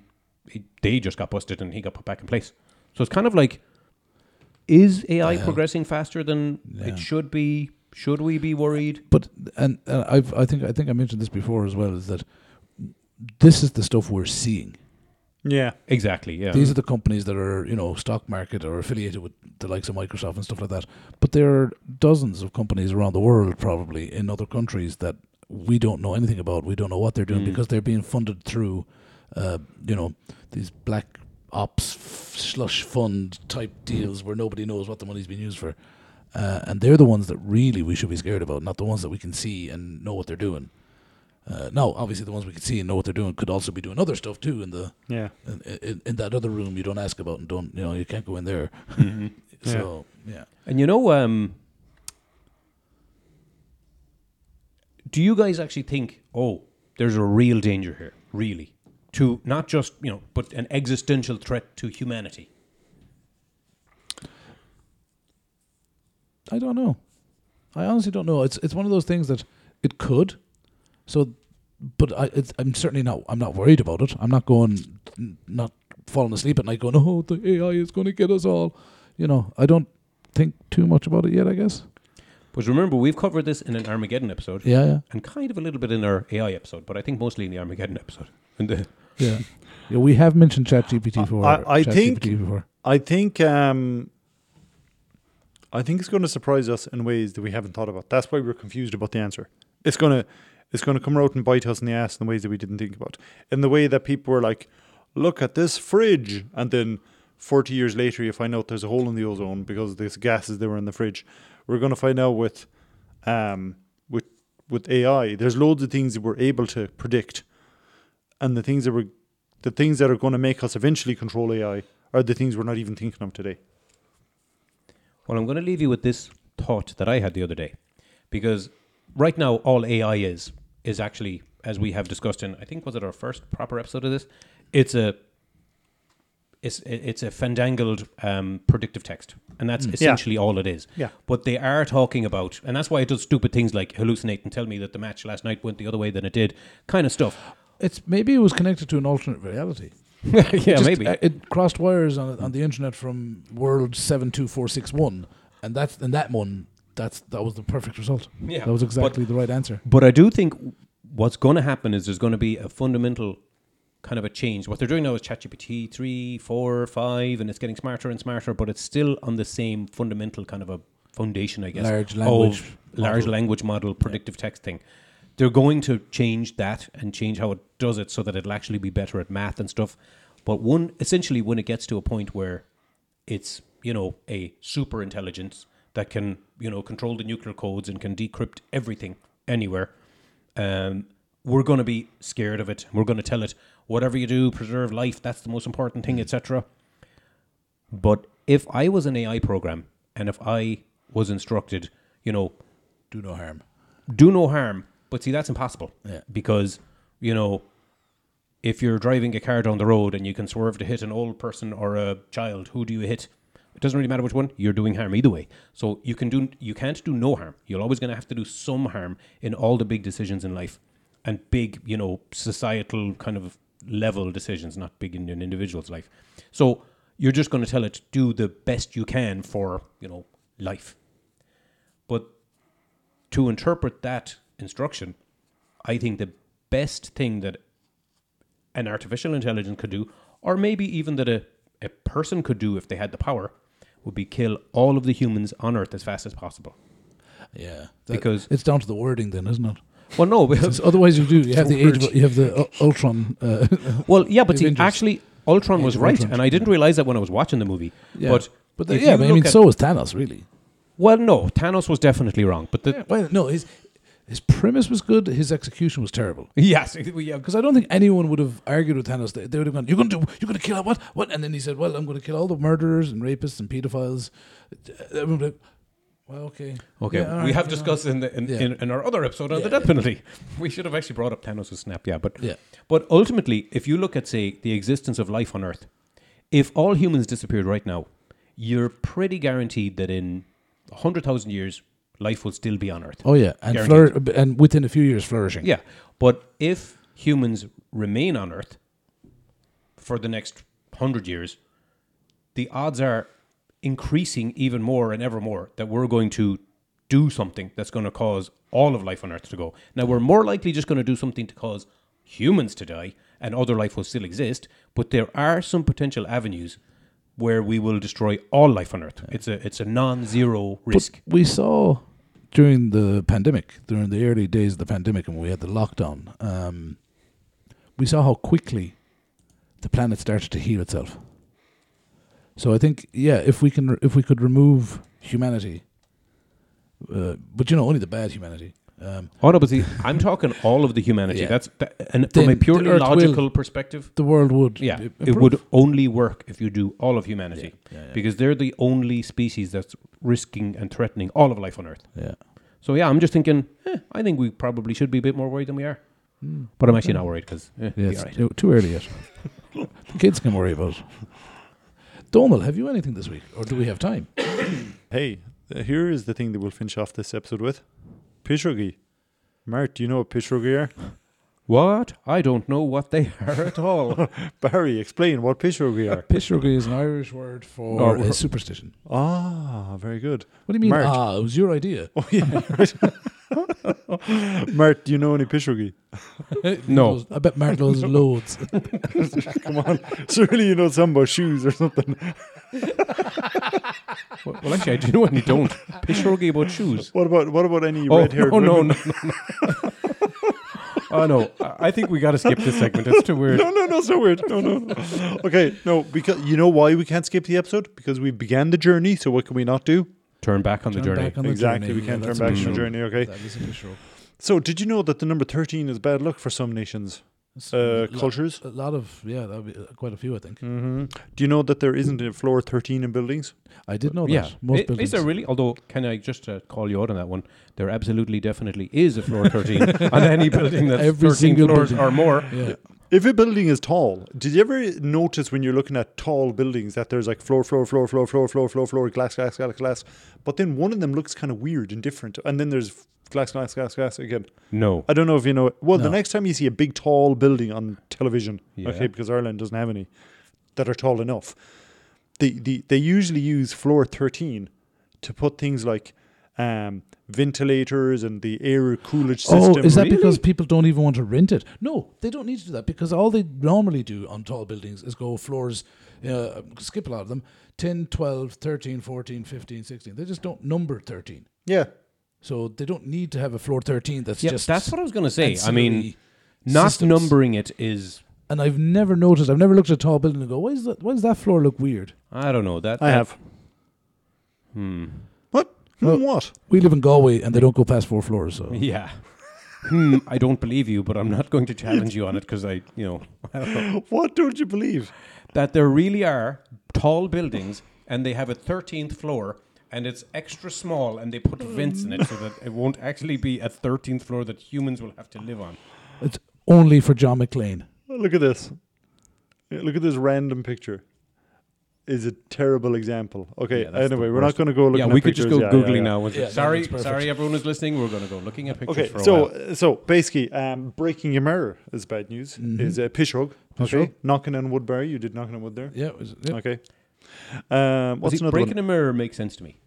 he- they just got busted, and he got put back in place. So it's kind of like is AI progressing faster than it should be? Should we be worried? but and uh, I've, I think I think I mentioned this before as well. Is that this is the stuff we're seeing. Yeah. Exactly. Yeah. These are the companies that are, you know, stock market or affiliated with the likes of Microsoft and stuff like that. But there are dozens of companies around the world, probably in other countries, that we don't know anything about. We don't know what they're doing because they're being funded through, uh, you know, these black ops f- slush fund type deals where nobody knows what the money's been used for. Uh, and they're the ones that really we should be scared about, not the ones that we can see and know what they're doing. Uh, now, obviously, the ones we can see and know what they're doing could also be doing other stuff too in the Yeah. in, in, in that other room you don't ask about and don't you know you can't go in there. Mm-hmm. so yeah. And you know, um, do you guys actually think, oh, there's a real danger here, really, to not just you know, but an existential threat to humanity? I don't know. I honestly don't know. It's it's one of those things that it could. So, but I it's, I'm certainly not. I'm not worried about it. I'm not going, n- not falling asleep at night going, oh, the AI is going to get us all. You know, I don't think too much about it yet. I guess. Because remember, we've covered this in an Armageddon episode, Yeah, yeah, and kind of a little bit in our AI episode, but I think mostly in the Armageddon episode. And the, yeah. yeah we have mentioned ChatGPT before. I- I think- ChatGPT before. I think um, I think it's going to surprise us in ways that we haven't thought about. That's why we're confused about the answer. It's gonna it's gonna come out and bite us in the ass in the ways that we didn't think about. In the way that people were like, "Look at this fridge," and then forty years later, you find out there's a hole in the ozone because of these gases that were in the fridge. We're gonna find out with um, with with AI. There's loads of things that we're able to predict, and the things that we're the things that are going to make us eventually control AI are the things we're not even thinking of today. well, I'm going to leave you with this thought that I had the other day, because right now all AI is is actually, as we have discussed in, I think was it our first proper episode of this, it's a it's it's a fandangled um, predictive text, and that's essentially all it is. Yeah. But they are talking about, and that's why it does stupid things like hallucinate and tell me that the match last night went the other way than it did, kind of stuff. It's maybe it was connected to an alternate reality. yeah, Just, maybe. uh, it crossed wires on on the internet from world seven two four six one, and that's and that one. That's that was the perfect result. Yeah. that was But- exactly the right answer. But I do think what's going to happen is there's going to be a fundamental kind of a change. What they're doing now is ChatGPT 3, 4, 5, and it's getting smarter and smarter, but it's still on the same fundamental kind of a foundation, I guess. Large language Of large language model, predictive text thing. They're going to change that and change how it does it so that it'll actually be better at math and stuff. But one, essentially, when it gets to a point where it's you know a super intelligence that can you know control the nuclear codes and can decrypt everything anywhere um, we're going to be scared of it we're going to tell it whatever you do preserve life that's the most important thing etc but if i was an ai program and if i was instructed you know Do no harm. do no harm. But see, that's impossible. Yeah. Because, you know, if you're driving a car down the road and you can swerve to hit an old person or a child, who do you hit? It doesn't really matter which one. You're doing harm either way. So you can do you can't do no harm. You're always going to have to do some harm in all the big decisions in life, and big you know societal kind of level decisions, not big in an individual's life. So you're just going to tell it do the best you can for you know life. But to interpret that instruction, I think the best thing that an artificial intelligence could do, or maybe even that a, a person could do if they had the power, would be kill all of the humans on Earth as fast as possible. Yeah, That- Because- it's down to the wording, then, isn't it? Well, no, because, Because otherwise, you do you have the age of, you have the U- Ultron. Uh, well, yeah, but Of see, interest. actually, Ultron was of right, Ultron. and I didn't realize that when I was watching the movie. yeah. But but the- if yeah, you but I look mean, at- so was Thanos really. well, no, Thanos was definitely wrong, but the Well, no, his his premise was good. His execution was terrible. yes, yeah, Because I don't think anyone would have argued with Thanos. They, they would have gone, "You're going to you're going to kill what what?" And then he said, "Well, I'm going to kill all the murderers and rapists and pedophiles." Uh, Everyone would be like, well, okay, Okay, Yeah, all we right, have you know. discussed in, the, in, Yeah. in, in our other episode on the Yeah. death penalty. We should have actually brought up Thanos' snap, yeah, but Yeah. but ultimately, if you look at say the existence of life on Earth, if all humans disappeared right now, you're pretty guaranteed that in hundred thousand years, life will still be on Earth. Oh yeah, and flour- Guaranteed. and within a few years, flourishing. Yeah, but if humans remain on Earth for the next hundred years, the odds are increasing even more and ever more that we're going to do something that's going to cause all of life on Earth to go. Now we're more likely just going to do something to cause humans to die, and other life will still exist. But there are some potential avenues where we will destroy all life on Earth. It's a it's a non-zero risk. But we saw during the pandemic, during the early days of the pandemic, and we had the lockdown. Um, we saw how quickly the planet started to heal itself. So I think, yeah, if we can, if we could remove humanity, uh, but you know, only the bad humanity. Um, Oh no, but see, I'm talking all of the humanity. Yeah. That's that, and from Then a the purely Earth will- logical perspective, the world would yeah, i- it improve. would only work if you do all of humanity Yeah, yeah. because they're the only species that's risking and threatening all of life on Earth. yeah. So yeah, I'm just thinking. eh, I think we probably should be a bit more worried than we are, but I'm actually not worried because eh, Hmm. Yeah, it'll be it's all right. too, too early yet. the kids can worry about it. Donal, have you anything this week, or do we have time? Hey, uh, here is the thing that we'll finish off this episode with. Pishrogi. Mart, do you know what Pishrogi are? What? I don't know what they are at all. Barry, explain what Pishrogi are. Pishrogi is an Irish word for Or- a superstition. ah, very good. What do you mean? Mart. Ah, it was your idea. Oh, yeah. right. Mart, do you know any Pishrogi? No. I bet Mark knows loads. Come on. Surely you know some about shoes or something. well, well, actually, I do know and you don't. Pishrogi about shoes. What about what about any Oh red haired no, women? no, no, no, no. Oh no! I I think we got to skip this segment. It's too weird. no, no, no, so weird. No, no, no. Okay, no, because you know why we can't skip the episode? Because we began the journey, so what can we not do? Turn back on Turn the journey. back on the exactly, journey. we Yeah, can't turn that's a back on the Pishrogi. journey, okay? That is a Pishrogi. So, did you know that the number 13 is bad luck for some nations, It's uh, lo- cultures? A lot of yeah, that would be uh, quite a few, I think. Mm. Mm-hmm. Do you know that there isn't a floor 13 in buildings? I did know that. yeah, most I- is buildings. there really? Although, can I just uh, call you out on that one? There absolutely, definitely is a floor thirteen on any building that's Every thirteen single floors building. or more. Yeah. If a building is tall, did you ever notice when you're looking at tall buildings that there's like floor, floor, floor, floor, floor, floor, floor, floor, glass, glass, glass, glass? But then one of them looks kind of weird and different, and then there's glass, glass, glass, glass again. No, I don't know if you know. it. Well, the No. next time you see a big tall building on television, Yeah. okay, because Ireland doesn't have any that are tall enough. They, they they usually use floor thirteen to put things like um, ventilators and the air coolage system. Oh, is that Really? because people don't even want to rent it? No, they don't need to do that because all they normally do on tall buildings is go floors, uh, skip a lot of them 10, 12, 13, 14, 15, 16. They just don't number 13. yeah? So they don't need to have a floor 13 that's yeah, just. that's what I was going to say. I mean, ancillary not systems. numbering it is. And I've never noticed, I've never looked at a tall building and go, why, is that, why does that floor look weird? I don't know that. I that- have. Hmm. What? Hmm, Well- what? We live in Galway and they don't go past four floors. So Yeah. hmm. I don't believe you, but I'm not going to challenge you on it because I, you know, I don't know. What don't you believe? that there really are tall buildings and they have a 13th floor and it's extra small and they put vents in it so that it won't actually be a 13th floor that humans will have to live on. it's only for John McClane. Look at this. Yeah, Look at this random picture. Is a terrible example. Okay. Yeah, that's the anyway, we're not going to go look. yeah, we could just go googling now. Yeah, that sorry, looks perfect. sorry, everyone who's listening. We're going to go looking at pictures Okay, for a so while. so basically, um, breaking your mirror is bad news. Mm-hmm. Is uh, Pishrog. Pishrog. Okay, knocking on wood, Barry. You did knocking on wood there. Yeah, it was- Oh, yeah. Okay. Um, what's See, another breaking one? a mirror makes sense to me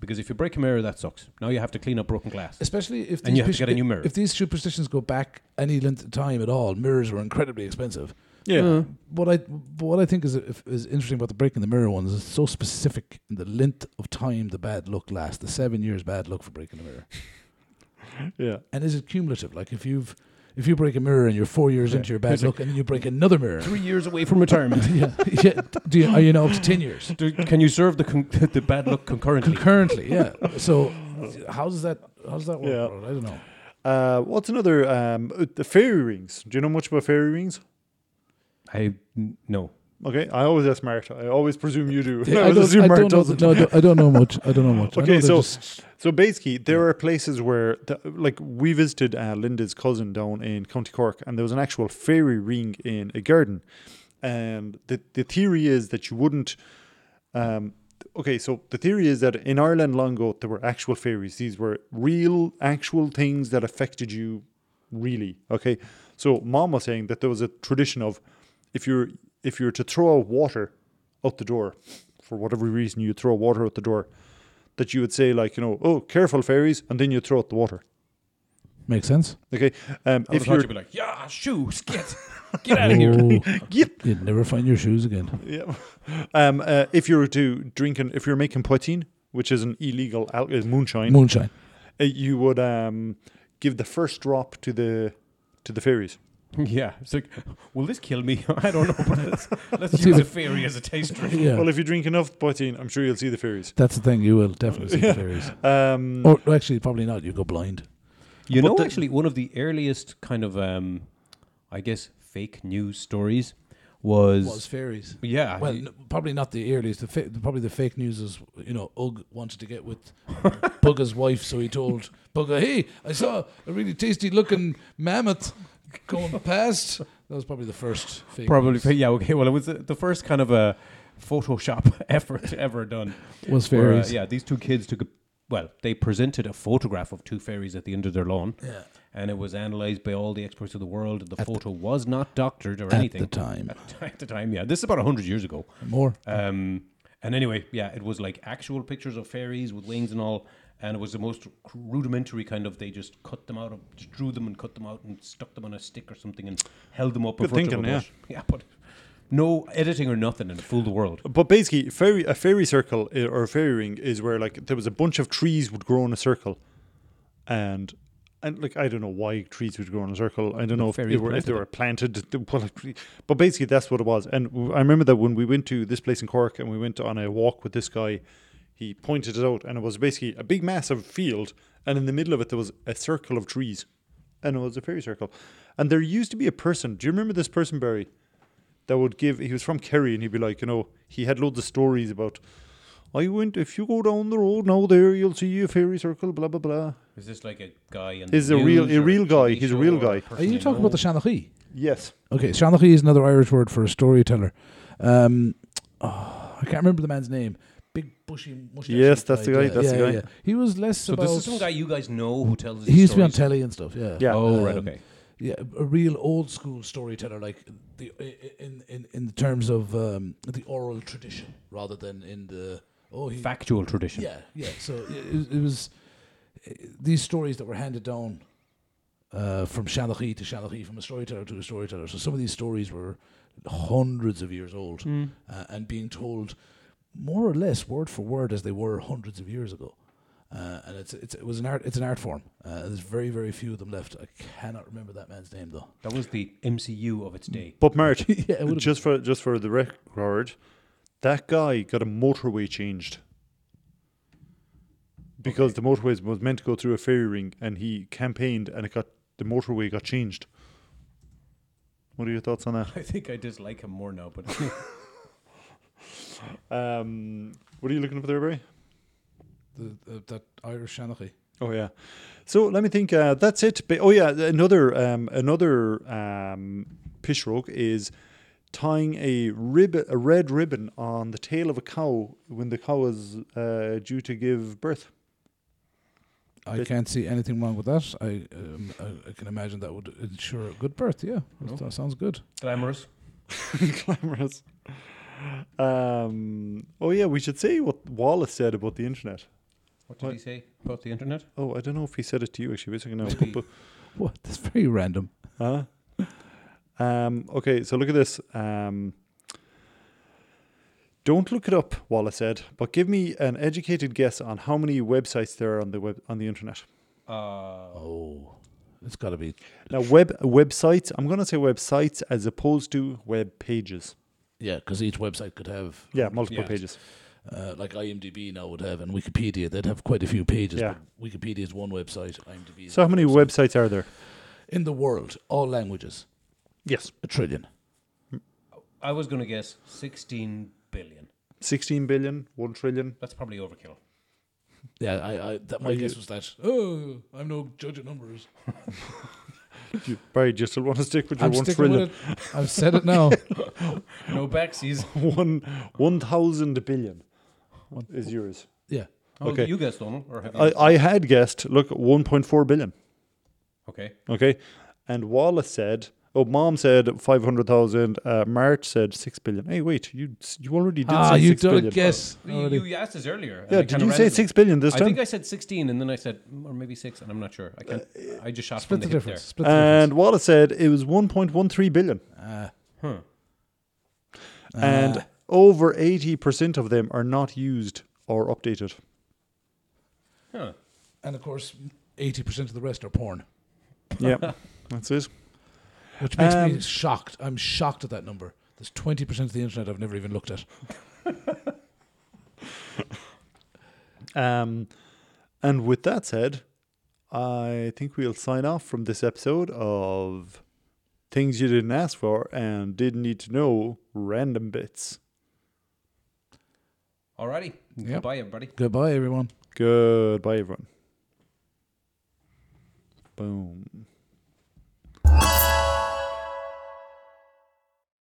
because if you break a mirror, that sucks. Now you have to clean up broken glass. Especially if And these you have to pish- get a new mirror. If these superstitions go back any length of time at all, mirrors were incredibly expensive. Yeah. What I but what I think is if- is interesting about the breaking the mirror ones is it's so specific in the length of time the bad luck lasts. The seven years bad luck for breaking the mirror, yeah. and is it cumulative? Like if you've if you break a mirror and you're four years into your bad luck, and then you break another mirror, Three years away from retirement. yeah, yeah. Do you, are you now up to ten years Do- Can you serve the con- the bad luck concurrently? concurrently? Yeah. So how does that how does that work? Yeah. Ronald? I don't know. Uh, what's another? Um, uh, the fairy rings. Do you know much about fairy rings? I no. Okay, I always ask Marta. I always presume you do. Yeah, I always assume Marta know, doesn't. no, I don't- I don't know much. I don't know much. I Okay, know they're so- just- So basically, there are places where, the, like, we visited uh, Linda's cousin down in County Cork, and there was an actual fairy ring in a garden. And the the theory is that you wouldn't. Um, okay, so the theory is that in Ireland long ago there were actual fairies. These were real, actual things that affected you, really. Okay, so Mom was saying that there was a tradition of if you're if you're to throw out water out the door, for whatever reason you throw water out the door, that you would say like you know oh careful fairies and then you throw out the water makes sense. okay um, I if if you you're would be like, yeah, shoe, skit, get out of here. Oh, Yep. you'd never find your shoes again. yeah. um, uh, if you're to drinking if you're making poutine which is an illegal al- is moonshine Moonshine. uh, you would um, give the first drop to the to the fairies Yeah, it's like, will this kill me? I don't know, but let's, let's see use the- a fairy as a taste drink. Yeah. well if you drink enough poutine I'm sure you'll see the fairies That's the thing. You will definitely see the fairies. um, Or actually, probably not. You go blind. You but know, the- actually, actually, one of the earliest kind of, um, I guess, fake news stories was, was fairies. yeah, Well, y- n- probably not the earliest. The fa- probably the fake news is you know Ugg wanted to get with Bugga's wife, so he told Bugga, "Hey, I saw a really tasty looking mammoth going past." That was probably the first fake. probably, news. fa- yeah, okay. Well, it was the, the first kind of a Photoshop effort ever done. was where, uh, fairies. yeah, these two kids took a, well, they presented a photograph of two fairies at the end of their lawn. Yeah. And it was analyzed by all the experts of the world. The At the- photo was not doctored or at anything. the time. At, at the time, yeah. This is about 100 years ago. More. Um, and anyway, yeah, it was like actual pictures of fairies with wings and all, and it was the most rudimentary kind of. They just cut them out of, just drew them and cut them out and stuck them on a stick or something and held them up. in Good front of a thinking, yeah. bush. yeah, but no editing or nothing, and it fooled the world. But basically, fairy, a fairy circle i- or a fairy ring is where like there was a bunch of trees would grow in a circle, and and like I don't know why trees would grow in a circle. I don't know if they fairies were if they planted were planted. th- Well, like, but basically that's what it was. And w- I remember that when we went to this place in Cork and we went on a walk with this guy, he pointed it out, and it was basically a big mass of field, and in the middle of it there was a circle of trees, and it was a fairy circle, and there used to be a person. Do you remember this person, Barry? that would give he was from Kerry and he'd be like, you know, he had loads of stories about I went if you go down the road now there you'll see a fairy circle, blah blah blah. Is this like a guy? And He's a real- a real guy, he's a real guy. Are you talking about the Shanachie? Yes. Okay, Shanachie is another Irish word for a storyteller. Um, oh, I can't remember the man's name. Big bushy mustache. Yes, that's the guy, that's the guy. He was less So about. this is some guy you guys know who tells. he used to be on telly and stuff. Yeah. Yeah. Oh right, Um, okay. Yeah, a real old school storyteller, like the i- in in in the terms of um, the oral tradition, rather than in the oh he Factual tradition. yeah yeah. So i- it, it was uh, these stories that were handed down uh, from Shanachie to Shanachie, from a storyteller to a storyteller. So some of these stories were hundreds of years old uh, and being told more or less word for word as they were hundreds of years ago. Uh, and it's, it's it was an art it's an art form. Uh, there's very very few of them left. I cannot remember that man's name though. That was the MCU of its day. But Mart, Yeah, it would've just for just for the record, that guy got a motorway changed. Because the motorway was meant to go through a fairy ring and he campaigned and it got the motorway got changed. What are your thoughts on that? I think I dislike him more now, but Um, what are you looking for there, Barry? The, the, that Irish Shanachie. Oh yeah. So let me think. Uh, that's it. But, oh yeah, another um, another um, pish rogue is tying a rib a red ribbon on the tail of a cow when the cow is uh, due to give birth. I Bit- can't see anything wrong with that. I, um, I I can imagine that would ensure a good birth. Yeah, No. that sounds good. glamorous. Glamorous. Um, oh yeah, we should say what Wallace said about the internet. What did What? he say about the internet? Oh, I don't know if he said it to you actually. Wait a second now. Maybe. But- What? That's very random. Huh? Um, okay, so look at this. Um, don't look it up, Wallace said, but give me an educated guess on how many websites there are on the web on the internet. Uh, Oh, it's got to be. Now, web websites. I'm gonna say websites as opposed to web pages. Yeah, because each website could have. Yeah, multiple Yeah. pages. Uh, like IMDb now would have, and Wikipedia, they'd have quite a few pages. Yeah. But Wikipedia is one website. IMDb. Is So, how many another website. websites are there? in the world? All languages, Yes, a trillion. I was going to guess 16 billion. 16 billion, 1 trillion. That's probably overkill. Yeah, I, I that my Are guess you- was that. Oh, I'm no judge of numbers. You, Barry, do you still want to stick with your I'm 1 sticking trillion? with it. I've said it now. No backsies. One 1,000 billion is yours. yeah. Oh, Okay. You guessed, Donald. Or have you? I, I had guessed, look, 1.4 billion. okay. Okay. And Wallace said, oh, mom said 500,000. Uh, March said 6 billion. Hey, wait, you you already did Ah, say you 6 done a billion. guess. You, already. you asked us earlier. and I Yeah, did kinda you ran say with it. 6 billion this I time? think I said 16 and then I said, "Mm, or maybe 6, and I'm not sure. I can't. I just shot Split from the the, hip difference. Split the difference. and Wallace said it was 1.13 billion. there. Huh. Ah. and over 80% of them are not used or updated. Huh. And of course, eighty percent of the rest are porn, yeah, that's it. which makes me Um, shocked. I'm shocked at that number. There's twenty percent of the internet I've never even looked at. Um, and with that said, I think we'll sign off from this episode of Things You Didn't Ask For and Didn't Need to Know Random Bits. Alrighty. Yep. Goodbye, everybody. Goodbye, everyone. Goodbye, everyone. Boom.